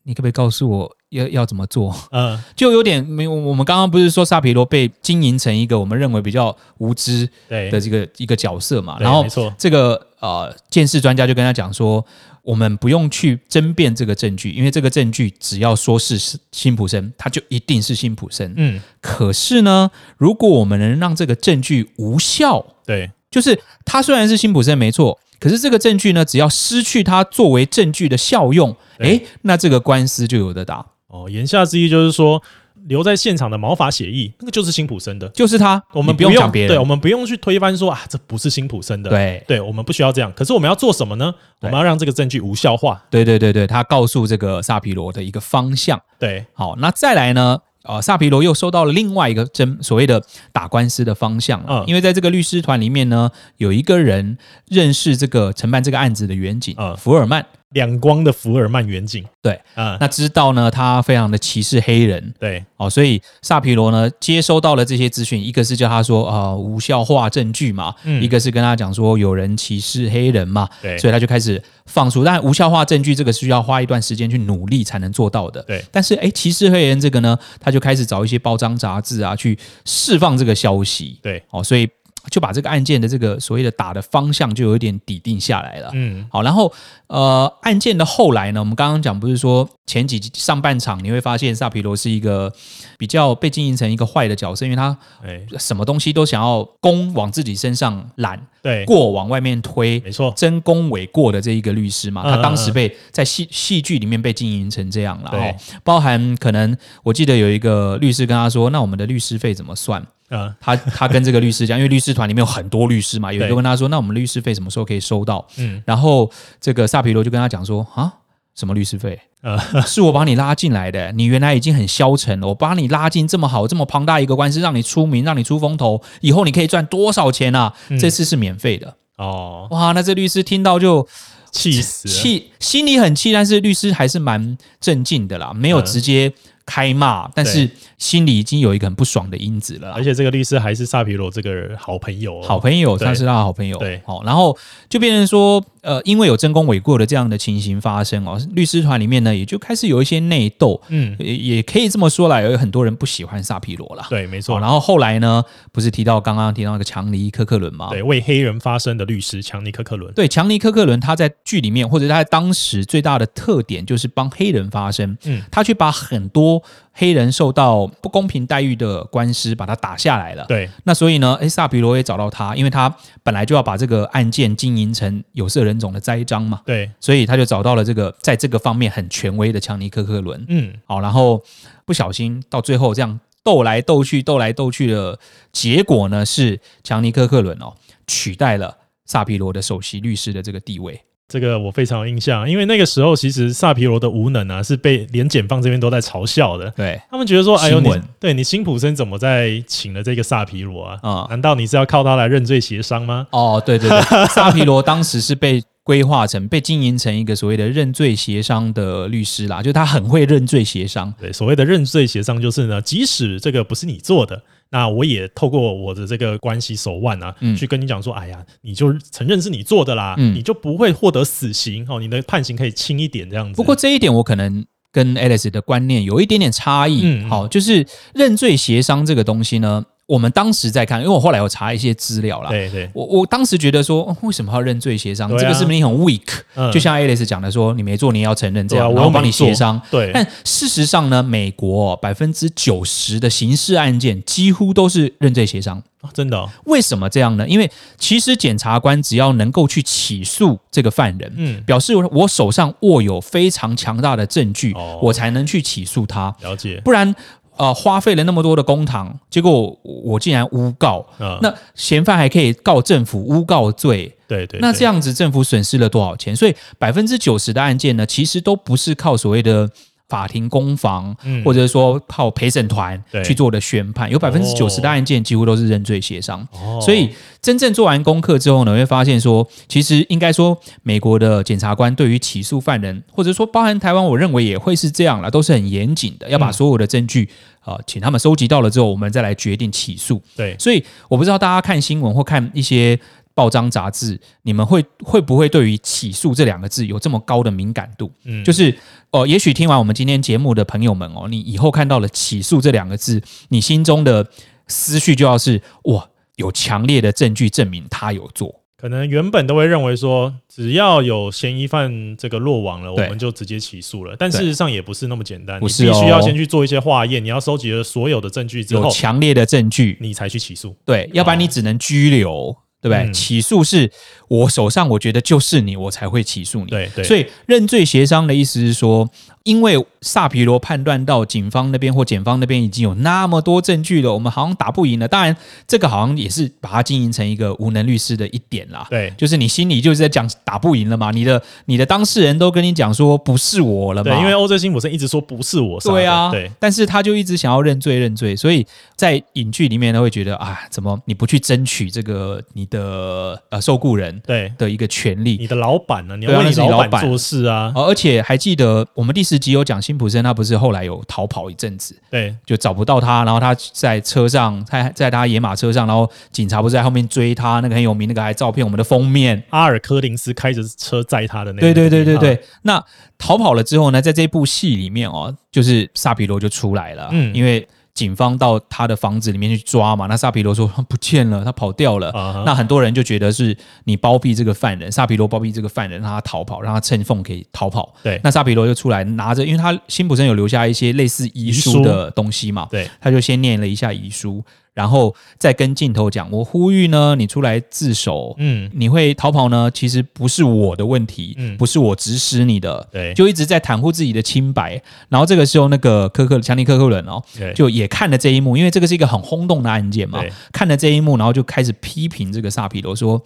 A: 你可不可以告诉我要要怎么做？
B: 嗯，
A: 就有点没有，我们刚刚不是说萨皮罗被经营成一个我们认为比较无知
B: 对
A: 的，这个一个角色嘛。
B: 对
A: 然后
B: 没错
A: 这个呃，鉴识专家就跟他讲说，我们不用去争辩这个证据，因为这个证据只要说是是辛普森，他就一定是辛普森。
B: 嗯，
A: 可是呢，如果我们能让这个证据无效，
B: 对
A: 就是他虽然是辛普森没错。可是这个证据呢，只要失去它作为证据的效用，
B: 对
A: 诶，那这个官司就有的打，
B: 哦，言下之意就是说，留在现场的毛发协议，那个就是辛普森的，
A: 就是他，
B: 我们
A: 你不用讲别人，
B: 对，我们不用去推翻说啊，这不是辛普森的，，
A: 对
B: 对我们不需要这样。可是我们要做什么呢？我
A: 对
B: 们要让这个证据无效化。
A: 对对对对，他告诉这个萨皮罗的一个方向。
B: 对，
A: 好，那再来呢？呃，萨皮罗又收到了另外一个争所谓的打官司的方向了，
B: 嗯
A: 因为在这个律师团里面呢，有一个人认识这个承办这个案子的远景、
B: 嗯
A: 福尔曼，
B: 两光的福尔曼远景，
A: 对，
B: 嗯，
A: 那知道呢他非常的歧视黑人
B: 对，
A: 哦，所以萨皮罗呢接收到了这些资讯，一个是叫他说呃无效化证据嘛，
B: 嗯
A: 一个是跟他讲说有人歧视黑人嘛，
B: 对
A: 所以他就开始放出，但无效化证据这个是需要花一段时间去努力才能做到的，
B: 对，
A: 但是哎，诶歧视黑人这个呢，他就开始找一些包装杂志啊，去释放这个消息。
B: 对，
A: 哦，所以就把这个案件的这个所谓的打的方向就有一点底定下来了。
B: 嗯，
A: 好，然后呃，案件的后来呢，我们刚刚讲不是说前几集上半场你会发现萨皮罗是一个比较被经营成一个坏的角色，因为他
B: 哎，
A: 什么东西都想要攻往自己身上揽，
B: 对，
A: 过往外面推，
B: 没错，
A: 真功伪过的这一个律师嘛，
B: 嗯
A: 他当时被在戏戏剧里面被经营成这样了，
B: 对
A: 哦，包含可能我记得有一个律师跟他说，那我们的律师费怎么算？
B: 嗯，
A: 他他跟这个律师讲，因为律师团里面有很多律师嘛，有一个
B: 对
A: 问他说，那我们律师费什么时候可以收到？
B: 嗯，
A: 然后这个萨皮罗就跟他讲说，啊。什么律师费？
B: 呃
A: 是我把你拉进来的，你原来已经很消沉了，我把你拉进这么好、这么庞大一个官司，让你出名，让你出风头，以后你可以赚多少钱啊？
B: 嗯
A: 这次是免费的，
B: 哦，
A: 哇！那这律师听到就
B: 气死了，
A: 气，心里很气，但是律师还是蛮镇静的啦，没有
B: 嗯
A: 直接开骂，但是心里已经有一个很不爽的因子了啦
B: 而。且这个律师还是萨皮罗这个好朋友、哦，
A: 好朋友，
B: 对
A: 他是他的好朋友，
B: 对
A: 好、然后就变成说，呃，因为有真功伪过的这样的情形发生哦，律师团里面呢也就开始有一些内斗，
B: 嗯，
A: 也也可以这么说啦，有很多人不喜欢萨皮罗啦，
B: 对，没
A: 好、
B: 错，
A: 然后后来呢，不是提到刚刚提到那个强尼科克伦吗？
B: 对，为黑人发声的律师强尼科克伦，
A: 对，强尼科克伦他在剧里面，或者他在当时最大的特点就是帮黑人发声。
B: 嗯，
A: 他去把很多黑人受到不公平待遇的官司把他打下来了。，
B: 对，
A: 那所以呢，诶，萨皮罗也找到他，因为他本来就要把这个案件经营成有色人种的栽赃嘛，
B: 对，
A: 所以他就找到了这个在这个方面很权威的强尼科克伦。
B: 嗯，
A: 好，然后不小心到最后这样斗来斗去、斗来斗去的结果呢，是强尼科克伦哦取代了萨皮罗的首席律师的这个地位。
B: 这个我非常有印象，因为那个时候其实萨皮罗的无能啊，是被连检方这边都在嘲笑的。
A: 对，
B: 他们觉得说：“哎呦，你
A: 新闻
B: 对你辛普森怎么在请了这个萨皮罗啊？
A: 啊
B: 难道你是要靠他来认罪协商吗
A: 哦，对对对，萨皮罗当时是被。规划成被经营成一个所谓的认罪协商的律师啦，就他很会认罪协商？”，
B: 对，所谓的认罪协商就是呢，即使这个不是你做的，那我也透过我的这个关系手腕啊，
A: 嗯
B: 去跟你讲说：“哎呀，你就承认是你做的啦，
A: 嗯
B: 你就不会获得死刑哦，你的判刑可以轻一点这样子。”
A: 不过这一点我可能跟 Alice 的观念有一点点差异。
B: 嗯
A: 好，就是认罪协商这个东西呢，我们当时在看，因为我后来有查一些资料啦。
B: 对对，
A: 我我当时觉得说，哦为什么要认罪协商？
B: 对啊
A: 这个是不是你很 weak？、
B: 嗯
A: 就像 Alice 讲的说，你没做，你也要承认这
B: 对
A: 样，
B: 啊，
A: 然
B: 我
A: 后
B: 又
A: 帮
B: 没
A: 你协商。
B: 做，对，
A: 但事实上呢，美国哦百分之九十的刑事案件几乎都是认罪协商。
B: 啊真的哦，
A: 为什么这样呢？因为其实检察官只要能够去起诉这个犯人，
B: 嗯
A: 表示我手上握有非常强大的证据，
B: 哦
A: 我才能去起诉他。
B: 了解，
A: 不然，呃，花费了那么多的公堂，结果我我竟然诬告，
B: 嗯，
A: 那嫌犯还可以告政府诬告罪，
B: 对对，
A: 那
B: 对
A: 这样子政府损失了多少钱？所以百分之九十的案件呢，其实都不是靠所谓的。法庭攻防，
B: 嗯
A: 或者说靠陪审团
B: 对
A: 去做的宣判，有百分之九十的案件几乎都是认罪协商。
B: 哦
A: 所以真正做完功课之后呢，会发现说，其实应该说，美国的检察官对于起诉犯人，或者说包含台湾，我认为也会是这样啦，都是很严谨的，要把所有的证据啊、呃请他们收集到了之后，我们再来决定起诉。
B: 对
A: 所以我不知道大家看新闻或看一些。报章杂志，你们会会不会对于“起诉”这两个字有这么高的敏感度？
B: 嗯
A: 就是哦、呃也许听完我们今天节目的朋友们哦，你以后看到了“起诉”这两个字，你心中的思绪就要是哇，有强烈的证据证明他有做。
B: 可能原本都会认为说，只要有嫌疑犯这个落网了，我
A: 对
B: 们就直接起诉了。但
A: 对
B: 事实上也不是那么简单，
A: 不
B: 你
A: 是
B: 必须要
A: 哦
B: 先去做一些化验，你要收集了所有的证据之
A: 有
B: 后，
A: 强烈的证据，
B: 你才去起诉。
A: 对，要不然你只能拘留，对不对？
B: 嗯
A: 起诉是我手上，我觉得就是你，我才会起诉你。
B: 对对，
A: 嗯所
B: 以
A: 以认罪协商的意思是说，因为萨皮罗判断到警方那边或检方那边已经有那么多证据了，我们好像打不赢了。当然，这个好像也是把它经营成一个无能律师的一点啦。
B: 对
A: 就是你心里就是在讲打不赢了嘛，你的你的当事人都跟你讲说不是我了嘛，
B: 对，因为欧洲辛普森一直说不是我杀的，
A: 对啊，
B: 对，
A: 但是他就一直想要认罪认罪，所以在影剧里面呢，会觉得啊，怎么你不去争取这个你的呃受雇人
B: 对，
A: 的一个权利？
B: 你的老板呢？你
A: 对啊
B: 要为
A: 那是你老
B: 老
A: 板
B: 板做事啊，
A: 哦，而且还记得我们第十集有讲辛普森，他不是后来有逃跑一阵子，
B: 对
A: 就找不到他，然后他在车上，在在他野马车上，然后警察不是在后面追他，那个很有名那个还照片我们的封面，
B: 阿尔科林斯开着车载他的那个
A: 对
B: 地方，
A: 对对对对。那逃跑了之后呢，在这部戏里面哦，就是萨皮罗就出来了，
B: 嗯
A: 因为警方到他的房子里面去抓嘛，那萨皮罗说他不见了，他跑掉了。
B: 啊哈，
A: 那很多人就觉得是你包庇这个犯人，萨皮罗包庇这个犯人，让他逃跑，让他趁缝可以逃跑。
B: 对
A: 那萨皮罗就出来拿着，因为他辛普森有留下一些类似遗书
B: 遗书
A: 的东西嘛，
B: 对
A: 他就先念了一下遗书，然后再跟镜头讲：“我呼吁呢，你出来自首，
B: 嗯
A: 你会逃跑呢，其实不是我的问题，
B: 嗯
A: 不是我指使你的，
B: 对
A: 就一直在袒护自己的清白。然后这个时候，那个科克强尼科克伦哦，
B: 对
A: 就啊也看了这一幕，因为这个是一个很轰动的案件嘛
B: 对，
A: 看了这一幕，然后就开始批评这个萨皮罗说。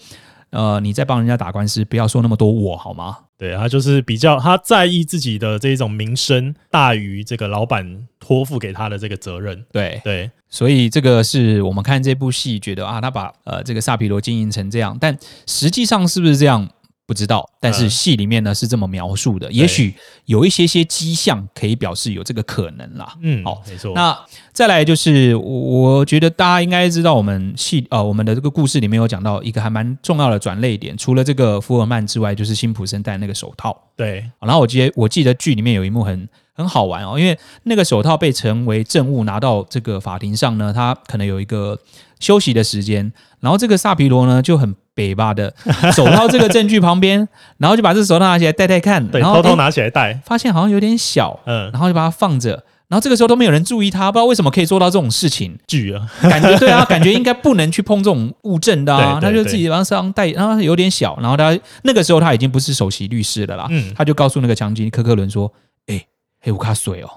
A: 呃，你在帮人家打官司，不要说那么多我好吗？
B: 对，他就是比较他在意自己的这种名声大于这个老板托付给他的这个责任，
A: 对，
B: 对。
A: 所以这个是我们看这部戏觉得啊，他把呃这个萨皮罗经营成这样，但实际上是不是这样不知道。但是
B: 嗯
A: 戏里面呢是这么描述的，也许有一些些迹象可以表示有这个可能啦。
B: 嗯，
A: 好，
B: 没错。
A: 那再来就是，我我觉得大家应该知道，我们戏呃我们的这个故事里面有讲到一个还蛮重要的转泪点，除了这个福尔曼之外，就是辛普森戴那个手套。
B: 对
A: 然后我记得我记得剧里面有一幕很很好玩哦，因为那个手套被成为证物拿到这个法庭上呢，他可能有一个休息的时间，然后这个萨皮罗呢就很北吧的走到这个证据旁边，然后就把这手套拿起来戴戴看，
B: 对，
A: 然后哎
B: 偷偷
A: 诶
B: 拿起来戴，
A: 发现好像有点小，
B: 嗯，
A: 然后就把它放着。然后这个时候都没有人注意他，不知道为什么可以做到这种事情，
B: 巨啊，
A: 感觉对啊，感觉应该不能去碰这种物证的啊，
B: 对
A: 他
B: 对
A: 就自己往上带，然后有点小，然后他那个时候他已经不是首席律师了啦，
B: 嗯
A: 他就告诉那个强奸科克伦说：“哎、黑乌卡水哦，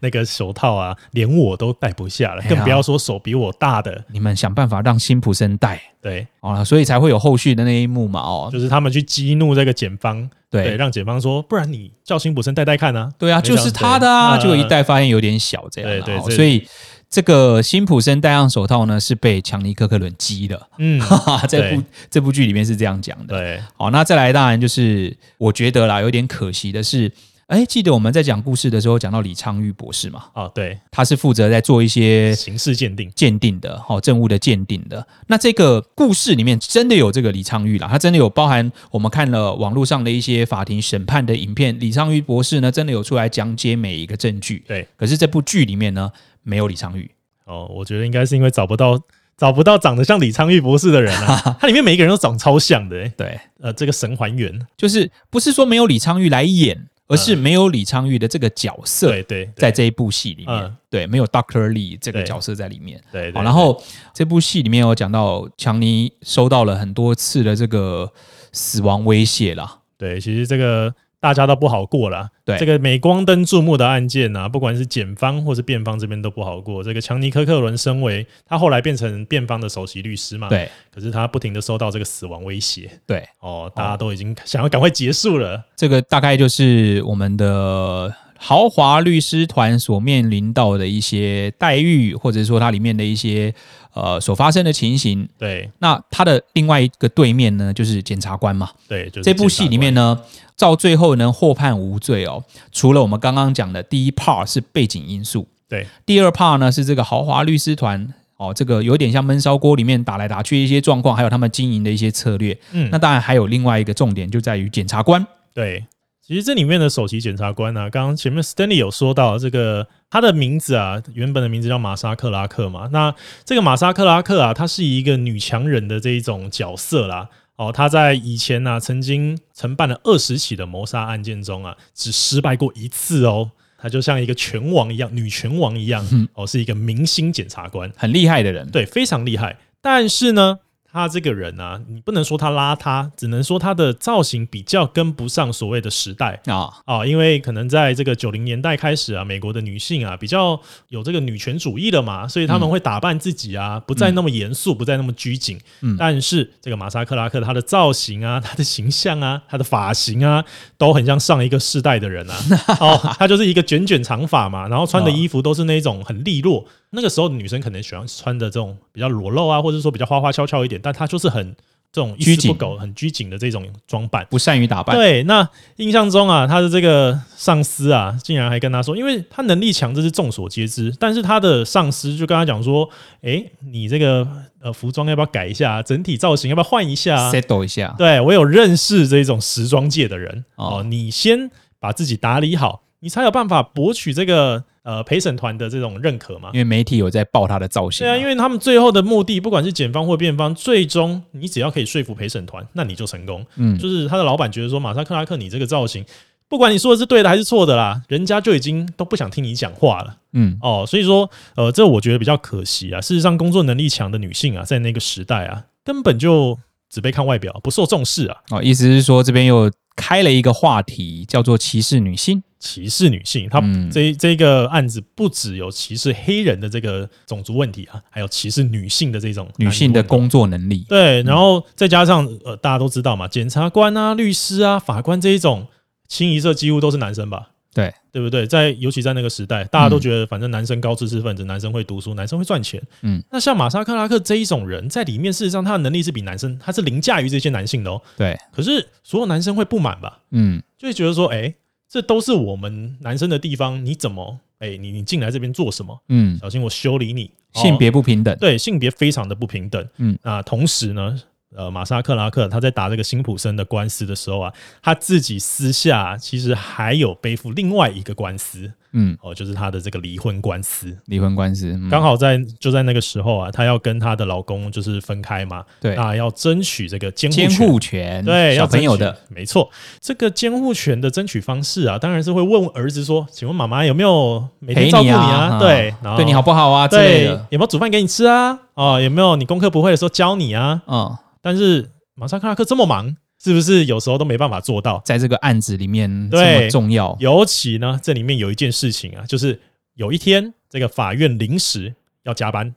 B: 那个手套啊，连我都戴不下了，
A: 哎呀
B: 更不要说手比我大的。
A: 你们想办法让辛普森带
B: 对，
A: 哦，所以才会有后续的那一幕嘛哦，
B: 就是他们去激怒这个检方，对，
A: 对
B: 让检方说，不然你叫辛普森戴戴看 啊。
A: 对啊，
B: 没想
A: 就是他的啊，
B: 对嗯
A: 结果一戴发现有点小这样啊、
B: 对对
A: 哦
B: 对
A: 所以这个辛普森戴上手套呢是被强尼科克伦激的，
B: 嗯，
A: 哈哈，这部
B: 对
A: 这部剧里面是这样讲的。
B: 对，
A: 好，那再来当然就是我觉得啦，有点可惜的是。哎，记得我们在讲故事的时候讲到李昌钰博士嘛，
B: 哦，对，
A: 他是负责在做一些
B: 刑事鉴定，
A: 鉴定的，好、证物的鉴定的。那这个故事里面真的有这个李昌钰啦，他真的有包含我们看了网络上的一些法庭审判的影片，李昌钰博士呢真的有出来讲解每一个证据。
B: 对，
A: 可是这部剧里面呢没有李昌钰，
B: 哦，我觉得应该是因为找不到找不到长得像李昌钰博士的人 啊，他里面每一个人都长超像的、欸，
A: 对，
B: 呃，这个神还原，
A: 就是不是说没有李昌钰来演，而是没有李昌钰的这个角色
B: 对对，对
A: 在这一部戏里面
B: 嗯，
A: 对，没有 Doctor Lee 这个
B: 对
A: 角色在里面。
B: 对对
A: 好，哦然后这部戏里面有讲到强尼收到了很多次的这个死亡威胁啦，
B: 对，其实这个大家都不好过了。
A: 对
B: 这个镁光灯注目的案件啊，不管是检方或是辩方这边都不好过。这个强尼科克伦身为他后来变成辩方的首席律师嘛，，
A: 对
B: 可是他不停的收到这个死亡威胁，
A: 对，
B: 哦，大家都已经想要赶快结束了。
A: 这个大概就是我们的豪华律师团所面临到的一些待遇，或者说它里面的一些呃所发生的情形。
B: 对
A: 那它的另外一个对面呢，就是检察官嘛。
B: 对，就是
A: 这部戏里面
B: 呢，
A: 呢，到最后能获判无罪哦。除了我们刚刚讲的第一 part 是背景因素，
B: 对
A: 第二 part 呢是这个豪华律师团哦，这个有点像闷烧锅里面打来打去的一些状况，还有他们经营的一些策略。
B: 嗯
A: 那当然还有另外一个重点就在于检察官，
B: 对，其实这里面的首席检察官呢、刚刚前面 Stanley 有说到这个他的名字啊，原本的名字叫玛莎克拉克嘛。那这个玛莎克拉克啊，她是一个女强人的这一种角色啦。哦，她在以前呢、曾经承办了二十起的谋杀案件中啊，只失败过一次哦。她就像一个拳王一样，女拳王一样，
A: 嗯
B: 哦，是一个明星检察官。
A: 很厉害的人。
B: 对，非常厉害。但是呢，他这个人啊，你不能说他邋遢，只能说他的造型比较跟不上所谓的时代。
A: 啊，
B: 啊、因为可能在这个九零年代开始啊，美国的女性啊比较有这个女权主义了嘛，所以他们会打扮自己啊，不再那么严肃，不再那么拘谨。
A: 嗯
B: 但是这个玛莎克拉克她的造型啊，她的形象啊，她的发型啊，都很像上一个世代的人 啊。哦，她就是一个卷卷长发嘛，然后
A: 啊
B: 穿的衣服都是那种很利落。那个时候的女生可能喜欢穿的这种比较裸露啊，或者说比较花花俏俏一点，但她就是很这种一
A: 拘
B: 丝
A: 谨
B: 不苟、很拘谨的这种装扮。
A: 不善于打扮，
B: 对，那印象中啊，他的这个上司啊，竟然还跟他说，因为他能力强，这是众所皆知。但是他的上司就跟他讲说，诶，你这个呃服装要不要改一下？整体造型要不要换 一下啊？
A: ，settle 一下，
B: 对我有认识这种时装界的人
A: 哦
B: 哦、你先把自己打理好，你才有办法博取这个呃陪审团的这种认可嘛。
A: 因为媒体有在报他的造型
B: 啊对
A: 嘛、
B: 啊，因为他们最后的目的，不管是检方或辩方，最终你只要可以说服陪审团，那你就成功。
A: 嗯，
B: 就是他的老板觉得说，马萨克拉克你这个造型，不管你说的是对的还是错的啦，人家就已经都不想听你讲话了
A: 嗯，
B: 哦。所以说，呃，这我觉得比较可惜啊。事实上，工作能力强的女性啊，在那个时代啊，根本就只被看外表，不受重视啊，
A: 哦，意思是说这边又开了一个话题，叫做歧视女性，
B: 歧视女性。她
A: 嗯
B: 这这个案子不只有歧视黑人的这个种族问题啊，还有歧视女性的这种
A: 女性的
B: 工。
A: 工作能力，
B: 对，然后再加上呃，大家都知道嘛，检察官啊、律师啊、法官这一种清一色几乎都是男生吧？
A: 对，
B: 对不对？在尤其在那个时代，大家都
A: 嗯
B: 觉得反正男生高知识分子，男生会读书，男生会赚钱。
A: 嗯，
B: 那像马莎克拉克这一种人，在里面事实上他的能力是比男生，他是凌驾于这些男性的哦。
A: 对，
B: 可是所有男生会不满吧？
A: 嗯，
B: 就会觉得说，哎，这都是我们男生的地方，你怎么，哎，你你进来这边做什么？
A: 嗯，
B: 小心我修理你。哦
A: 性别不平等，
B: 对性别非常的不平等。
A: 嗯
B: 嗯，那同时呢，呃，玛莎克拉克他在打这个辛普森的官司的时候啊，他自己私下啊、其实还有背负另外一个官司
A: 嗯，
B: 哦，就是他的这个离婚官司。
A: 离婚官司，嗯、
B: 刚好在就在那个时候啊，她要跟她的老公就是分开嘛，
A: 对
B: 那要争取这个监护
A: 监
B: 啊权。
A: 护权，
B: 对，
A: 小
B: 要
A: 朋友
B: 争取
A: 的，，
B: 没错。这个监护权的争取方式啊，当然是会问儿子说：“请问妈妈有没有每天
A: 陪
B: 照顾
A: 你
B: 啊？对，然后
A: 对你好不好啊之类
B: 对
A: 的，，
B: 有没有煮饭给你吃啊？哦，有没有你功课不会的时候教你啊？
A: 嗯，
B: 但是玛莎克拉克这么忙，是不是有时候都没办法做到？
A: 在这个案子里面这
B: 对
A: 么重要，
B: 尤其呢，这里面有一件事情啊，就是有一天这个法院临时要加班，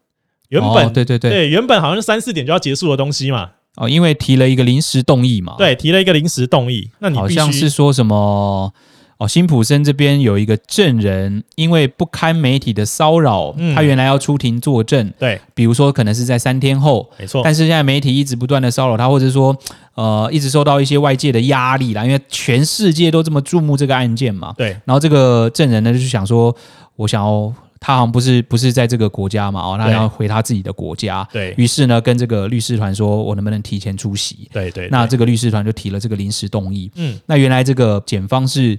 B: 原本、
A: 哦、对对对
B: 原本好像是三四点就要结束的东西嘛，
A: 哦，因为提了一个临时动议嘛，，
B: 对，提了一个临时动议，那你
A: 哦好
B: 必
A: 像
B: 须
A: 是说什么。哦，辛普森这边有一个证人，因为不堪媒体的骚扰，
B: 嗯
A: 他原来要出庭作证，
B: 对，
A: 比如说可能是在三天后，
B: 没错，
A: 但是现在媒体一直不断的骚扰他，或者说呃一直受到一些外界的压力啦，因为全世界都这么注目这个案件嘛。
B: 对
A: 然后这个证人呢就是想说，我想要他好像不是不是在这个国家嘛，哦，他
B: 对
A: 要回他自己的国家。
B: 对
A: 于是呢，跟这个律师团说，我能不能提前出席？
B: 对对，
A: 那
B: 对
A: 这个律师团就提了这个临时动议。
B: 嗯
A: 那原来这个检方是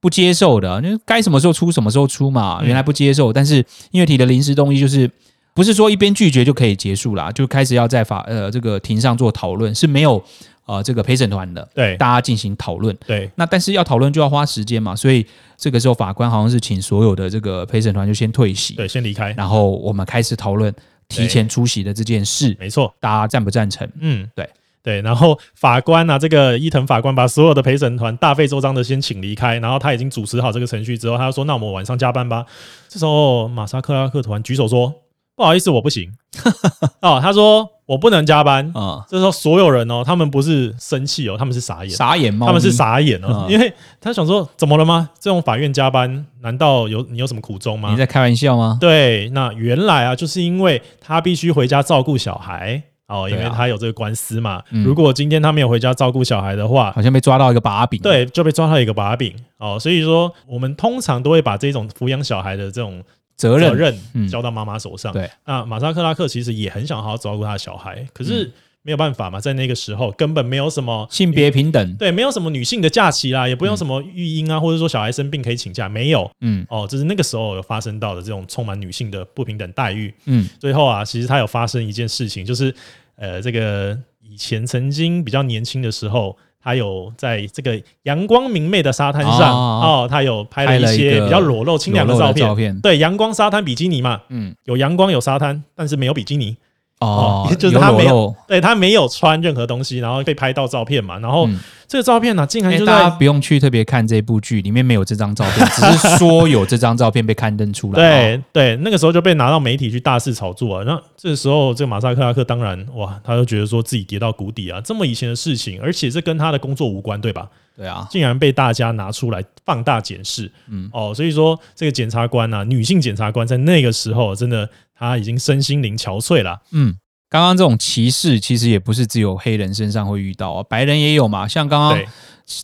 A: 不接受的，因为该什么时候出什么时候出嘛，
B: 嗯
A: 原来不接受，但是因为提的临时动议就是不是说一边拒绝就可以结束啦，就开始要在法呃这个庭上做讨论，是没有呃这个陪审团的，
B: 对
A: 大家进行讨论。
B: 对，
A: 那但是要讨论就要花时间嘛，所以这个时候法官好像是请所有的这个陪审团就先退席，
B: 对，先离开，
A: 然后我们开始讨论提前出席的这件事，
B: 没错，
A: 大家赞不赞成？
B: 嗯，
A: 对
B: 对，然后法官啊，这个伊藤法官把所有的陪审团大费周章的先请离开，然后他已经主持好这个程序之后，他就说：“那我们晚上加班吧。”这时候马萨克拉克团举手说：“不好意思，我不行。”哦，他说：“我不能加班。
A: 啊、
B: 这时候所有人哦，他们不是生气哦，他们是傻眼，
A: 呃傻眼猫咪，
B: 他们是傻眼哦，
A: 嗯
B: 因为他想说：“怎么了吗？这种法院加班，难道有你有什么苦衷吗？”
A: 你在开玩笑吗？
B: 对，那原来啊，就是因为他必须回家照顾小孩哦，因
A: 对
B: 为
A: 啊
B: 他有这个官司嘛。
A: 嗯
B: 如果今天他没有回家照顾小孩的话，
A: 好像被抓到一个把柄。，
B: 对，就被抓到一个把柄哦。所以说，我们通常都会把这种抚养小孩的这种
A: 责任
B: 责任
A: 嗯
B: 交到妈妈手上。
A: 对，
B: 那马萨克拉克其实也很想好好照顾他的小孩，可
A: 嗯
B: 是没有办法嘛，在那个时候根本没有什么
A: 性别平等，
B: 对，没有什么女性的假期啦，也不用什么育婴啊，或者说小孩生病可以请假，没有
A: 嗯
B: 哦。这是那个时候有发生到的这种充满女性的不平等待遇。
A: 嗯，
B: 最后啊，其实他有发生一件事情，就是呃，这个以前曾经比较年轻的时候，他有在这个阳光明媚的沙滩上
A: 哦
B: 哦他有拍
A: 拍
B: 了
A: 了
B: 一
A: 一
B: 些
A: 个
B: 比较裸露清凉的
A: 裸露
B: 照
A: 的
B: 片。
A: 照片
B: 对，阳光沙滩比基尼嘛，
A: 嗯
B: 有阳光有沙滩，但是没有比基尼。
A: 哦
B: 哦，就是
A: 有
B: 他
A: 裸
B: 没有
A: 露，
B: 对他没有穿任何东西，然后被拍到照片嘛，然后
A: 嗯
B: 这个照片呢、竟然
A: 哎
B: 就
A: 大家
B: 在
A: 不用去特别看这部剧，里面没有这张照片，只 是说有这张照片被刊登出来。哦，
B: 对对，那个时候就被拿到媒体去大肆炒作啊。那这时候，这个马萨克拉克当然哇，他就觉得说自己跌到谷底啊，这么以前的事情，而且这跟他的工作无关，对吧？
A: 对啊，
B: 竟然被大家拿出来放大检视，
A: 嗯
B: 嗯哦，所以说这个检察官啊，女性检察官在那个时候真的她已经身心灵憔悴了，
A: 嗯，刚刚这种歧视其实也不是只有黑人身上会遇到啊，白人也有嘛。像刚刚
B: 对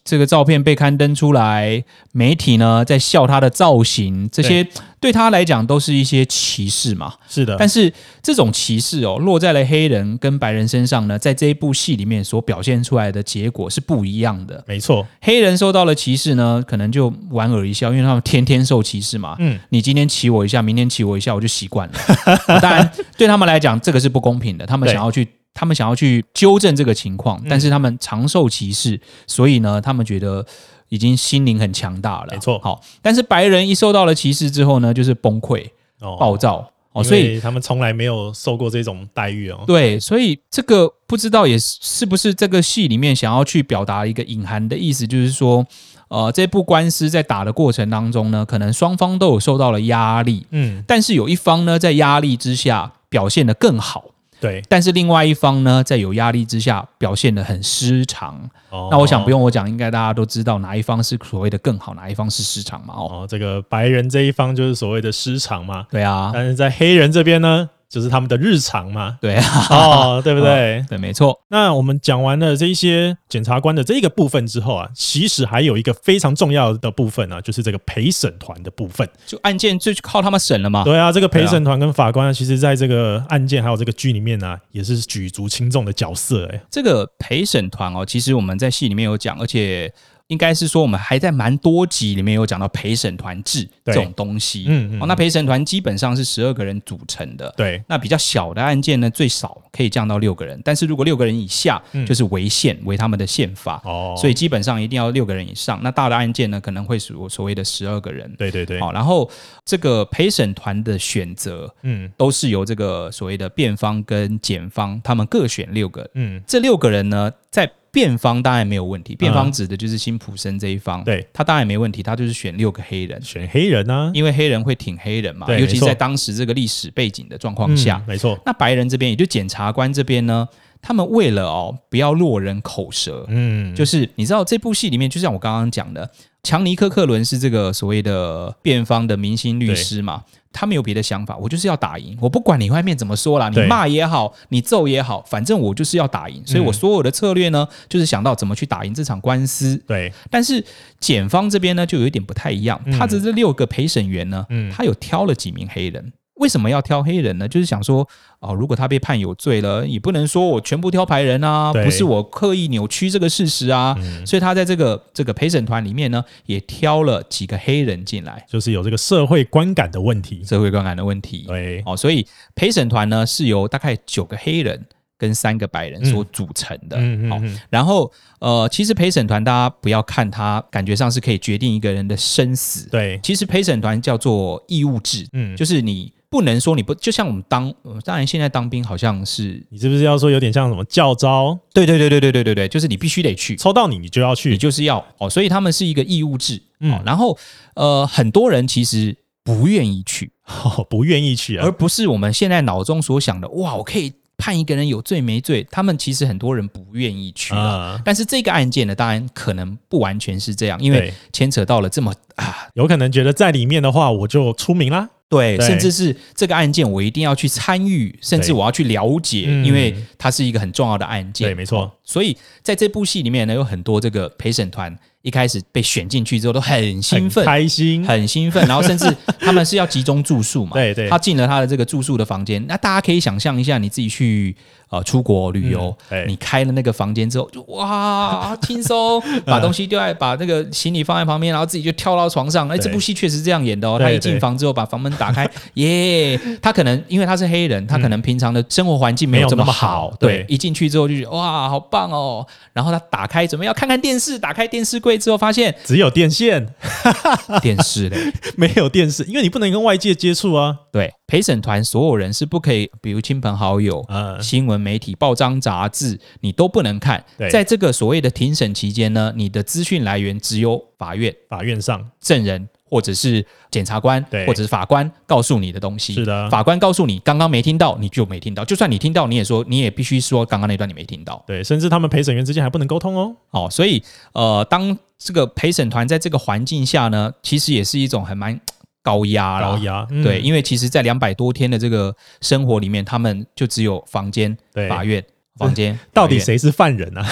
A: 这个照片被刊登出来，媒体呢在笑他的造型，这些对他来讲都是一些歧视嘛。
B: 是的，
A: 但是这种歧视哦，落在了黑人跟白人身上呢，在这一部戏里面所表现出来的结果是不一样的。
B: 没错，
A: 黑人受到了歧视呢，可能就莞尔一笑，因为他们天天受歧视嘛。
B: 嗯，
A: 你今天骑我一下，明天骑我一下，我就习惯了。 啊当然，对他们来讲，这个是不公平的。他们
B: 对嗯
A: 想要去，他们想要去纠正这个情况，但是他们常受歧视，所以呢，他们觉得已经心灵很强大了。
B: 没错
A: 好，但是白人一受到了歧视之后呢，就是崩溃、
B: 哦，
A: 暴躁哦，
B: 因
A: 所以
B: 为他们从来没有受过这种待遇哦，
A: 对，所以这个不知道也是是不是这个戏里面想要去表达一个隐含的意思，就是说，呃，这部官司在打的过程当中呢，可能双方都有受到了压力，
B: 嗯，
A: 但是有一方呢在压力之下表现得更好，
B: 对，
A: 但是另外一方呢在有压力之下表现得很失常。
B: 哦
A: 那我想不用我讲，应该大家都知道哪一方是所谓的更好，哪一方是失常嘛？哦，
B: 哦，这个白人这一方就是所谓的失常嘛，
A: 对啊，，
B: 但是在黑人这边呢，就是他们的日常嘛
A: 对啊，
B: 哦，对不对？
A: 对，没错，
B: 那我们讲完了这一些检察官的这个部分之后啊，其实还有一个非常重要的部分啊，就是这个陪审团的部分。
A: 就案件就靠他们审了嘛。
B: 对啊，这个陪审团跟法官啊，其实在这个案件还有这个剧里面呢、啊，也是举足轻重的角色、欸。哎，
A: 这个陪审团哦，其实我们在戏里面有讲，而且应该是说我们还在蛮多集里面有讲到陪审团制这
B: 对
A: 种东西。
B: 嗯嗯
A: 哦，那陪审团基本上是十二个人组成的。
B: 对，
A: 那比较小的案件呢，最少可以降到六个人，但是如果六个人以下，
B: 嗯
A: 就是违宪，违他们的宪法。
B: 哦，
A: 所以基本上一定要六个人以上。那大的案件呢，可能会所所谓的十二个人。
B: 对对对，
A: 好、然后这个陪审团的选择
B: 嗯
A: 都是由这个所谓的辩方跟检方他们各选六个
B: 嗯，
A: 这六个人呢，在辩方当然没有问题，辩方指的就是辛普森这一方，
B: 对
A: 他当然没问题，他就是选六个黑人，
B: 选黑人啊，
A: 因为黑人会挺黑人嘛，
B: 对
A: 尤其
B: 没
A: 是
B: 错
A: 在当时这个历史背景的状况下。
B: 嗯没错，
A: 那白人这边，也就检察官这边呢，他们为了哦不要落人口舌，
B: 嗯，
A: 就是你知道这部戏里面，就像我刚刚讲的，强尼科克伦是这个所谓的辩方的明星律师嘛，他没有别的想法，我就是要打赢，我不管你外面怎么说啦，你
B: 对
A: 骂也好，你揍也好，反正我就是要打赢，
B: 嗯
A: 所以我所有的策略呢，就是想到怎么去打赢这场官司。
B: 对，
A: 但是检
B: 嗯
A: 方这边呢，就有一点不太一样，他的这六个陪审员呢，他有挑了几名黑人。为什么要挑黑人呢？就是想说，哦，如果他被判有罪了，也不能说我全部挑白人啊，
B: 对嗯
A: 不是我刻意扭曲这个事实啊。所以他在这个这个陪审团里面呢，也挑了几个黑人进来，
B: 就是有这个社会观感的问题。
A: 社会观感的问题。
B: 对，
A: 哦，所以陪审团呢是由大概九个黑人跟三个白人所组成的。
B: 嗯
A: 好、
B: 嗯嗯，
A: 然后呃，其实陪审团大家不要看它感觉上是可以决定一个人的生死，
B: 对，
A: 其实陪审团叫做义务制，
B: 嗯，
A: 就是你不能说你不，就像我们当，呃当然现在当兵好像是，
B: 你是不是要说有点像什么教招，
A: 对对对对对对对对，就是你必须得去，
B: 抽到你你就要
A: 你
B: 去？
A: 就是要哦，所以他们是一个义务制，
B: 嗯
A: 哦，然后呃，很多人其实不愿意去，
B: 哦，不愿意去啊
A: 而？不是我们现在脑中所想的，哇，我可以判一个人有罪没罪，他们其实很多人不愿意去啊。
B: 啊，
A: 但是这个案件呢，当然可能不完全是这样，因为
B: 对
A: 牵扯到了这么啊，
B: 有可能觉得在里面的话，我就出名啦。
A: 对，
B: 对
A: 甚至是这个案件我一定要去参与，甚至
B: 对
A: 我要去了解，
B: 嗯
A: 因为它是一个很重要的案件。
B: 对，没错，
A: 所以在这部戏里面呢，有很多这个陪审团一开始被选进去之后都很兴奋
B: 很。开心，
A: 很兴奋，然后甚至他们是要集中住宿嘛？
B: 对对
A: 他进了他的这个住宿的房间，那大家可以想象一下，你自己去呃出国旅游，
B: 嗯对
A: 你开了那个房间之后，就 哇轻松，把
B: 嗯
A: 东西丢在，把那个行李放在旁边，然后自己就跳到床上。哎，
B: 对
A: 这部戏确实这样演的哦。
B: 对
A: 他一
B: 对
A: 进房之后，把房门打开， 耶！他可能因为他是黑人，他可能平常的生活环境没
B: 嗯没有
A: 有这
B: 那么
A: 好
B: 好，
A: 对
B: 对，
A: 一进去之后就觉得哇，好棒哦。然后他打开准备要看看电视，打开电视柜之后发 现
B: 只有电线，
A: 电视嘞。
B: 没有电视，因为你不能跟外界接触啊。
A: 对，陪审团所有人是不可以，比如亲朋好友、
B: 嗯，
A: 新闻媒体、报章杂志，你都不能看
B: 对。
A: 在这个所谓的庭审期间呢，你的资讯来源只有法院、
B: 法院上
A: 证人或者是检察官
B: 对，
A: 或者是法官告诉你的东西。
B: 是的
A: 法官告诉你刚刚没听到，你就没听到。就算你听到，你也说，你也必须说刚刚那段你没听到。
B: 对，甚至他们陪审员之间还不能沟通哦。
A: 哦，所以呃，当这个陪审团在这个环境下呢，其实也是一种很蛮高压啦
B: 高压，嗯
A: 啊对，因为其实，在两百多天的这个生活里面，他们就只有房间、
B: 对
A: 法院、房间。
B: 到底
A: 法院
B: 谁是犯人啊？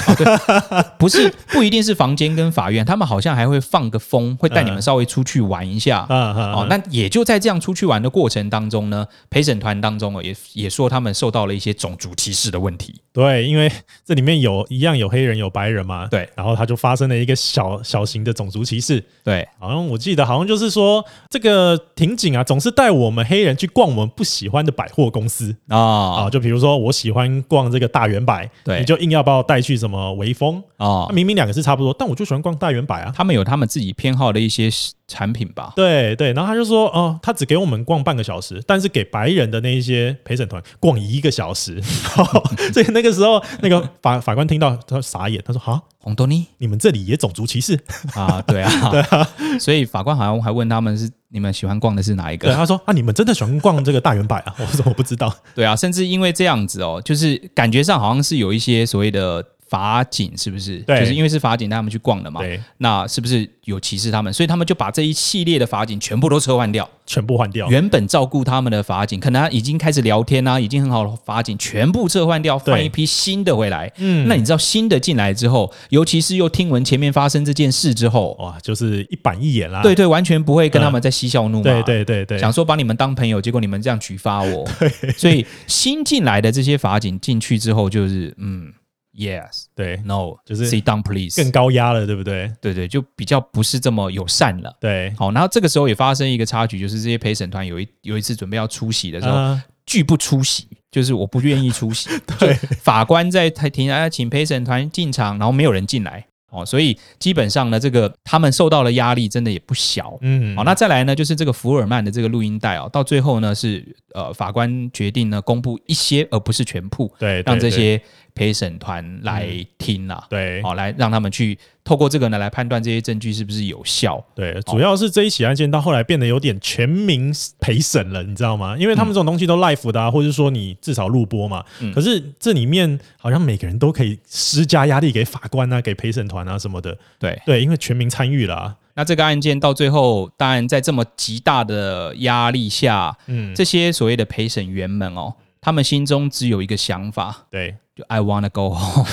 A: 不是不一定是房间跟法院，他们好像还会放个风，会带你们稍微出去玩一下。
B: 嗯 啊啊，
A: 哦，
B: 啊
A: 那也就在这样出去玩的过程当中呢，陪审团当中哦，也也说他们受到了一些种族歧视的问题。
B: 对，因为这里面有一样有黑人有白人嘛，
A: 对，
B: 然后他就发生了一个小小型的种族歧视。
A: 对，
B: 好像我记得，好像就是说，这个庭警啊，总是带我们黑人去逛我们不喜欢的百货公司
A: 啊、
B: 啊。就比如说，我喜欢逛这个大圆百，
A: 对
B: 你就硬要把我带去什么微风，
A: 哦
B: 啊明明两个是差不多，但我就喜欢逛大圆百啊。
A: 他们有他们自己偏好的一些产品吧？
B: 对对，然后他就说，哦、他只给我们逛半个小时，但是给白人的那一些陪审团逛一个小时， 所以那个时候那个法法官听到他傻眼，他说：“哈，
A: 红豆泥
B: 你们这里也种族歧视
A: 啊，对 啊，对啊。 所以法官好像还问他们是你们喜欢逛的是哪一？”个
B: 对，？他说：“啊，你们真的喜欢逛这个大圆百啊？”我说：“我不知道。
A: 对啊，甚至因为这样子哦，就是感觉上好像是有一些所谓的法警，是不是？
B: 对
A: 就是因为是法警带他们去逛的嘛。
B: 对，
A: 那是不是有歧视他们？所以他们就把这一系列的法警全部都撤换掉，
B: 全部换掉。
A: 原本照顾他们的法警，可能他已经开始聊天啊，已经很好的法警全部撤换掉，
B: 对
A: 换一批新的回来。
B: 嗯
A: 那你知道新的进来之后，尤其是又听闻前面发生这件事之后，
B: 哇，就是一板一眼啦。
A: 对对，完全不会跟他们在嬉笑怒骂。
B: 对对对对，
A: 想说把你们当朋友，结果你们这样举发 我，所以新进来的这些法警进去之后，就是嗯，yes
B: 对，
A: no，
B: 就是
A: sit down please，
B: 更高压了，对不对？
A: 对对，就比较不是这么友善了。
B: 对，
A: 好，然后这个时候也发生一个插曲，就是这些陪审团有一有一次准备要出席的时候，
B: 啊
A: 拒不出席，就是我不愿意出 席。
B: 对
A: 就法官在台庭啊，请陪审团进场，然后没有人进来哦，所以基本上呢，这个他们受到的压力真的也不小。
B: 嗯，
A: 好、那再来呢，就是这个福尔曼的这个录音带哦，到最后呢是呃法官决定呢公布一些，而不是全部，
B: 对，对
A: 让这
B: 对嗯
A: 些陪审团来听啦、
B: 对
A: 好、来让他们去透过这个呢来判断这些证据是不是有效。
B: 对，主要是这一起案件到后来变得有点全民陪审了，你知道吗？因为他们这种东西都 live 的啊，或者说你至少录播嘛。
A: 嗯
B: 可是这里面好像每个人都可以施加压力给法官啊、给陪审团啊什么的。
A: 对，
B: 对，因为全民参与了啊。
A: 那这个案件到最后，当然在这么极大的压力下，
B: 嗯，
A: 这些所谓的陪审员们哦，他们心中只有一个想法，
B: 对，
A: 就 I wanna go home，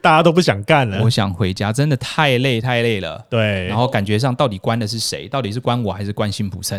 B: 大家都不想干了
A: 我。想回家，真的太累太累了。
B: 对，
A: 然后感觉上到底关的是谁？到底是关我还是关辛普森？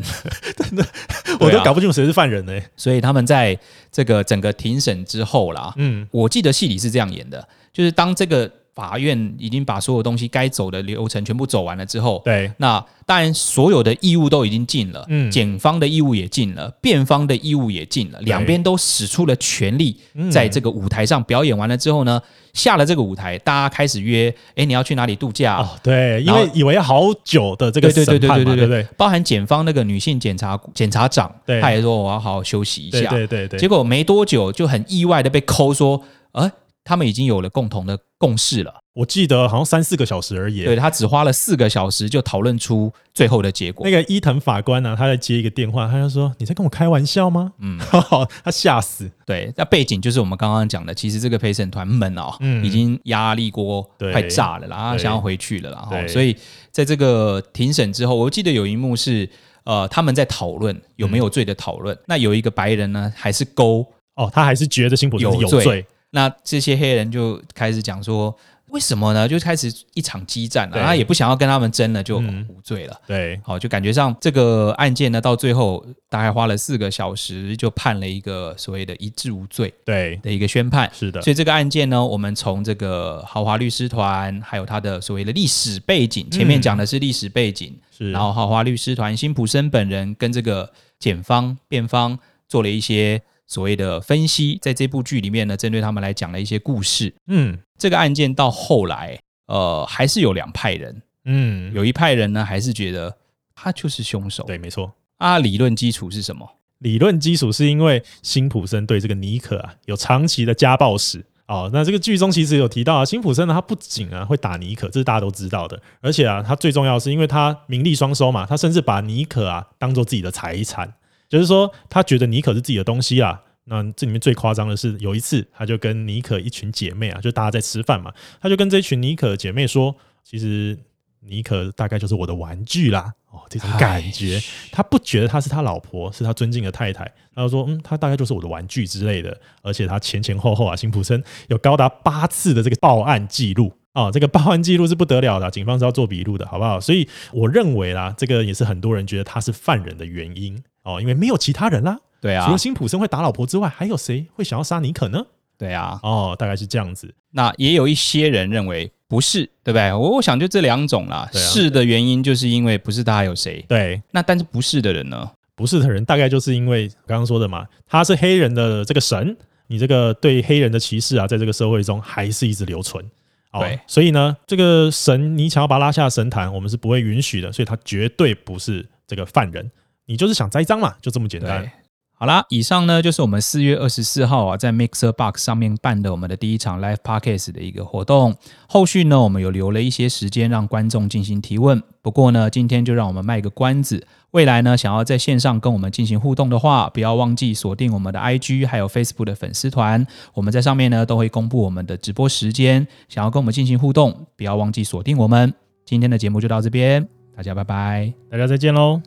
B: 我
A: 对
B: 都
A: 啊
B: 搞不清楚谁是犯人呢、
A: 所以他们在这个整个庭审之后啦，
B: 嗯，
A: 我记得戏里是这样演的，就是当这个法院已经把所有东西该走的流程全部走完了之后，
B: 对，
A: 那当然所有的义务都已经尽了，
B: 嗯
A: 检方的义务也尽了，辩方的义务也尽了，两边都使出了全力，
B: 嗯
A: 在这个舞台上表演完了之后呢，下了这个舞台，大家开始约，哎，你要去哪里度假？
B: 哦，对，因
A: 然后
B: 为以为要好久的这个
A: 对对
B: 审
A: 对对
B: 判
A: 对
B: 嘛，
A: 对
B: 不对？
A: 包含检方那个女性检察检察长，
B: 对
A: 她也说我要好好休息一
B: 对
A: 下，
B: 对对对，
A: 结果没多久就很意外的被抠说，呃，他们已经有了共同的共识了。
B: 我记得好像三四个小时而已。
A: 对他只花了四个小时就讨论出最后的结果
B: 那。个伊藤法官呢、啊他在接一个电话，他就说：“你在跟我开玩笑吗？”嗯， 他吓死。
A: 对，那背景就是我们刚刚讲的，其实这个陪审团们哦，
B: 嗯
A: 已经压力锅
B: 对
A: 快炸了啦，他
B: 对
A: 想要回去了啦。哦，
B: 对
A: 所以在这个庭审之后，我记得有一幕是。呃，他们在讨论有没有罪的讨论。那有一个白人呢，还是勾
B: 哦，他还是觉得辛普森是
A: 有
B: 有
A: 罪
B: 罪。
A: 那这些黑人就开始讲说，为什么呢？就开始一场激战了、
B: 对
A: 他也不想要跟他们争了，就
B: 嗯
A: 无罪了。
B: 对，
A: 好，就感觉上这个案件呢，到最后大概花了四个小时，就判了一个所谓的一致无罪
B: 对，
A: 的一个宣判。
B: 是的
A: 所，以这个案件呢，我们从这个豪华律师团，还有它的所谓的历史背景，前面
B: 嗯
A: 讲的是历史背景，
B: 是。
A: 然后豪华律师团辛普森本人跟这个检方、辩方做了一些所谓的分析，在这部剧里面呢，针对他们来讲了一些故事。
B: 嗯
A: 这个案件到后来，呃，还是有两派人，
B: 嗯，
A: 有一派人呢，还是觉得他就是凶手。
B: 对，没错。
A: 啊，理论基础是什么？
B: 理论基础是因为辛普森对这个尼可啊有长期的家暴史。哦，那这个剧中其实有提到啊，辛普森呢，他不仅啊会打尼可，这是大家都知道的，而且啊，他最重要的是，因为他名利双收嘛，他甚至把尼可啊当做自己的财产，就是说他觉得尼可是自己的东西啊。那这里面最夸张的是，有一次他就跟尼可一群姐妹啊，就大家在吃饭嘛，他就跟这群尼可姐妹说，其实尼可大概就是我的玩具啦，哦，这种感觉。他不觉得她是他老婆，是他尊敬的太太。他就说，嗯，她大概就是我的玩具之类的。而且他前前后后啊，辛普森有高达八次的这个报案记录啊、这个报案记录是不得了的啊、警方是要做笔录的，好不好？所以我认为啦，这个也是很多人觉得他是犯人的原因哦，因为没有其他人啦，
A: 对
B: 除
A: 啊
B: 了，辛普森会打老婆之外，还有谁会想要杀尼可呢？
A: 对啊。
B: 哦，大概是这样子。
A: 那也有一些人认为不是，对不对？我我想就这两种啦。
B: 对啊
A: 是的原因就是因为不是他还有谁？
B: 对，
A: 那但是不是的人呢？
B: 不是的人，大概就是因为刚刚说的嘛，他是黑人的这个神，你这个对黑人的歧视啊，在这个社会中还是一直留存。哦
A: 对，
B: 所以呢，这个神你想要把他拉下神坛，我们是不会允许的，所以他绝对不是这个犯人，你就是想栽赃嘛，就这么简单
A: 对。。好啦，以上呢就是我们四月二十四号啊，在 Mixer Box 上面办的我们的第一场 Live Podcast 的一个活动。后续呢，我们有留了一些时间让观众进行提问。不过呢，今天就让我们卖个关子。未来呢，想要在线上跟我们进行互动的话，不要忘记锁定我们的 IG 还有 Facebook 的粉丝团。我们在上面呢都会公布我们的直播时间。想要跟我们进行互动，不要忘记锁定我们。今天的节目就到这边，大家拜拜。
B: 大家再见喽。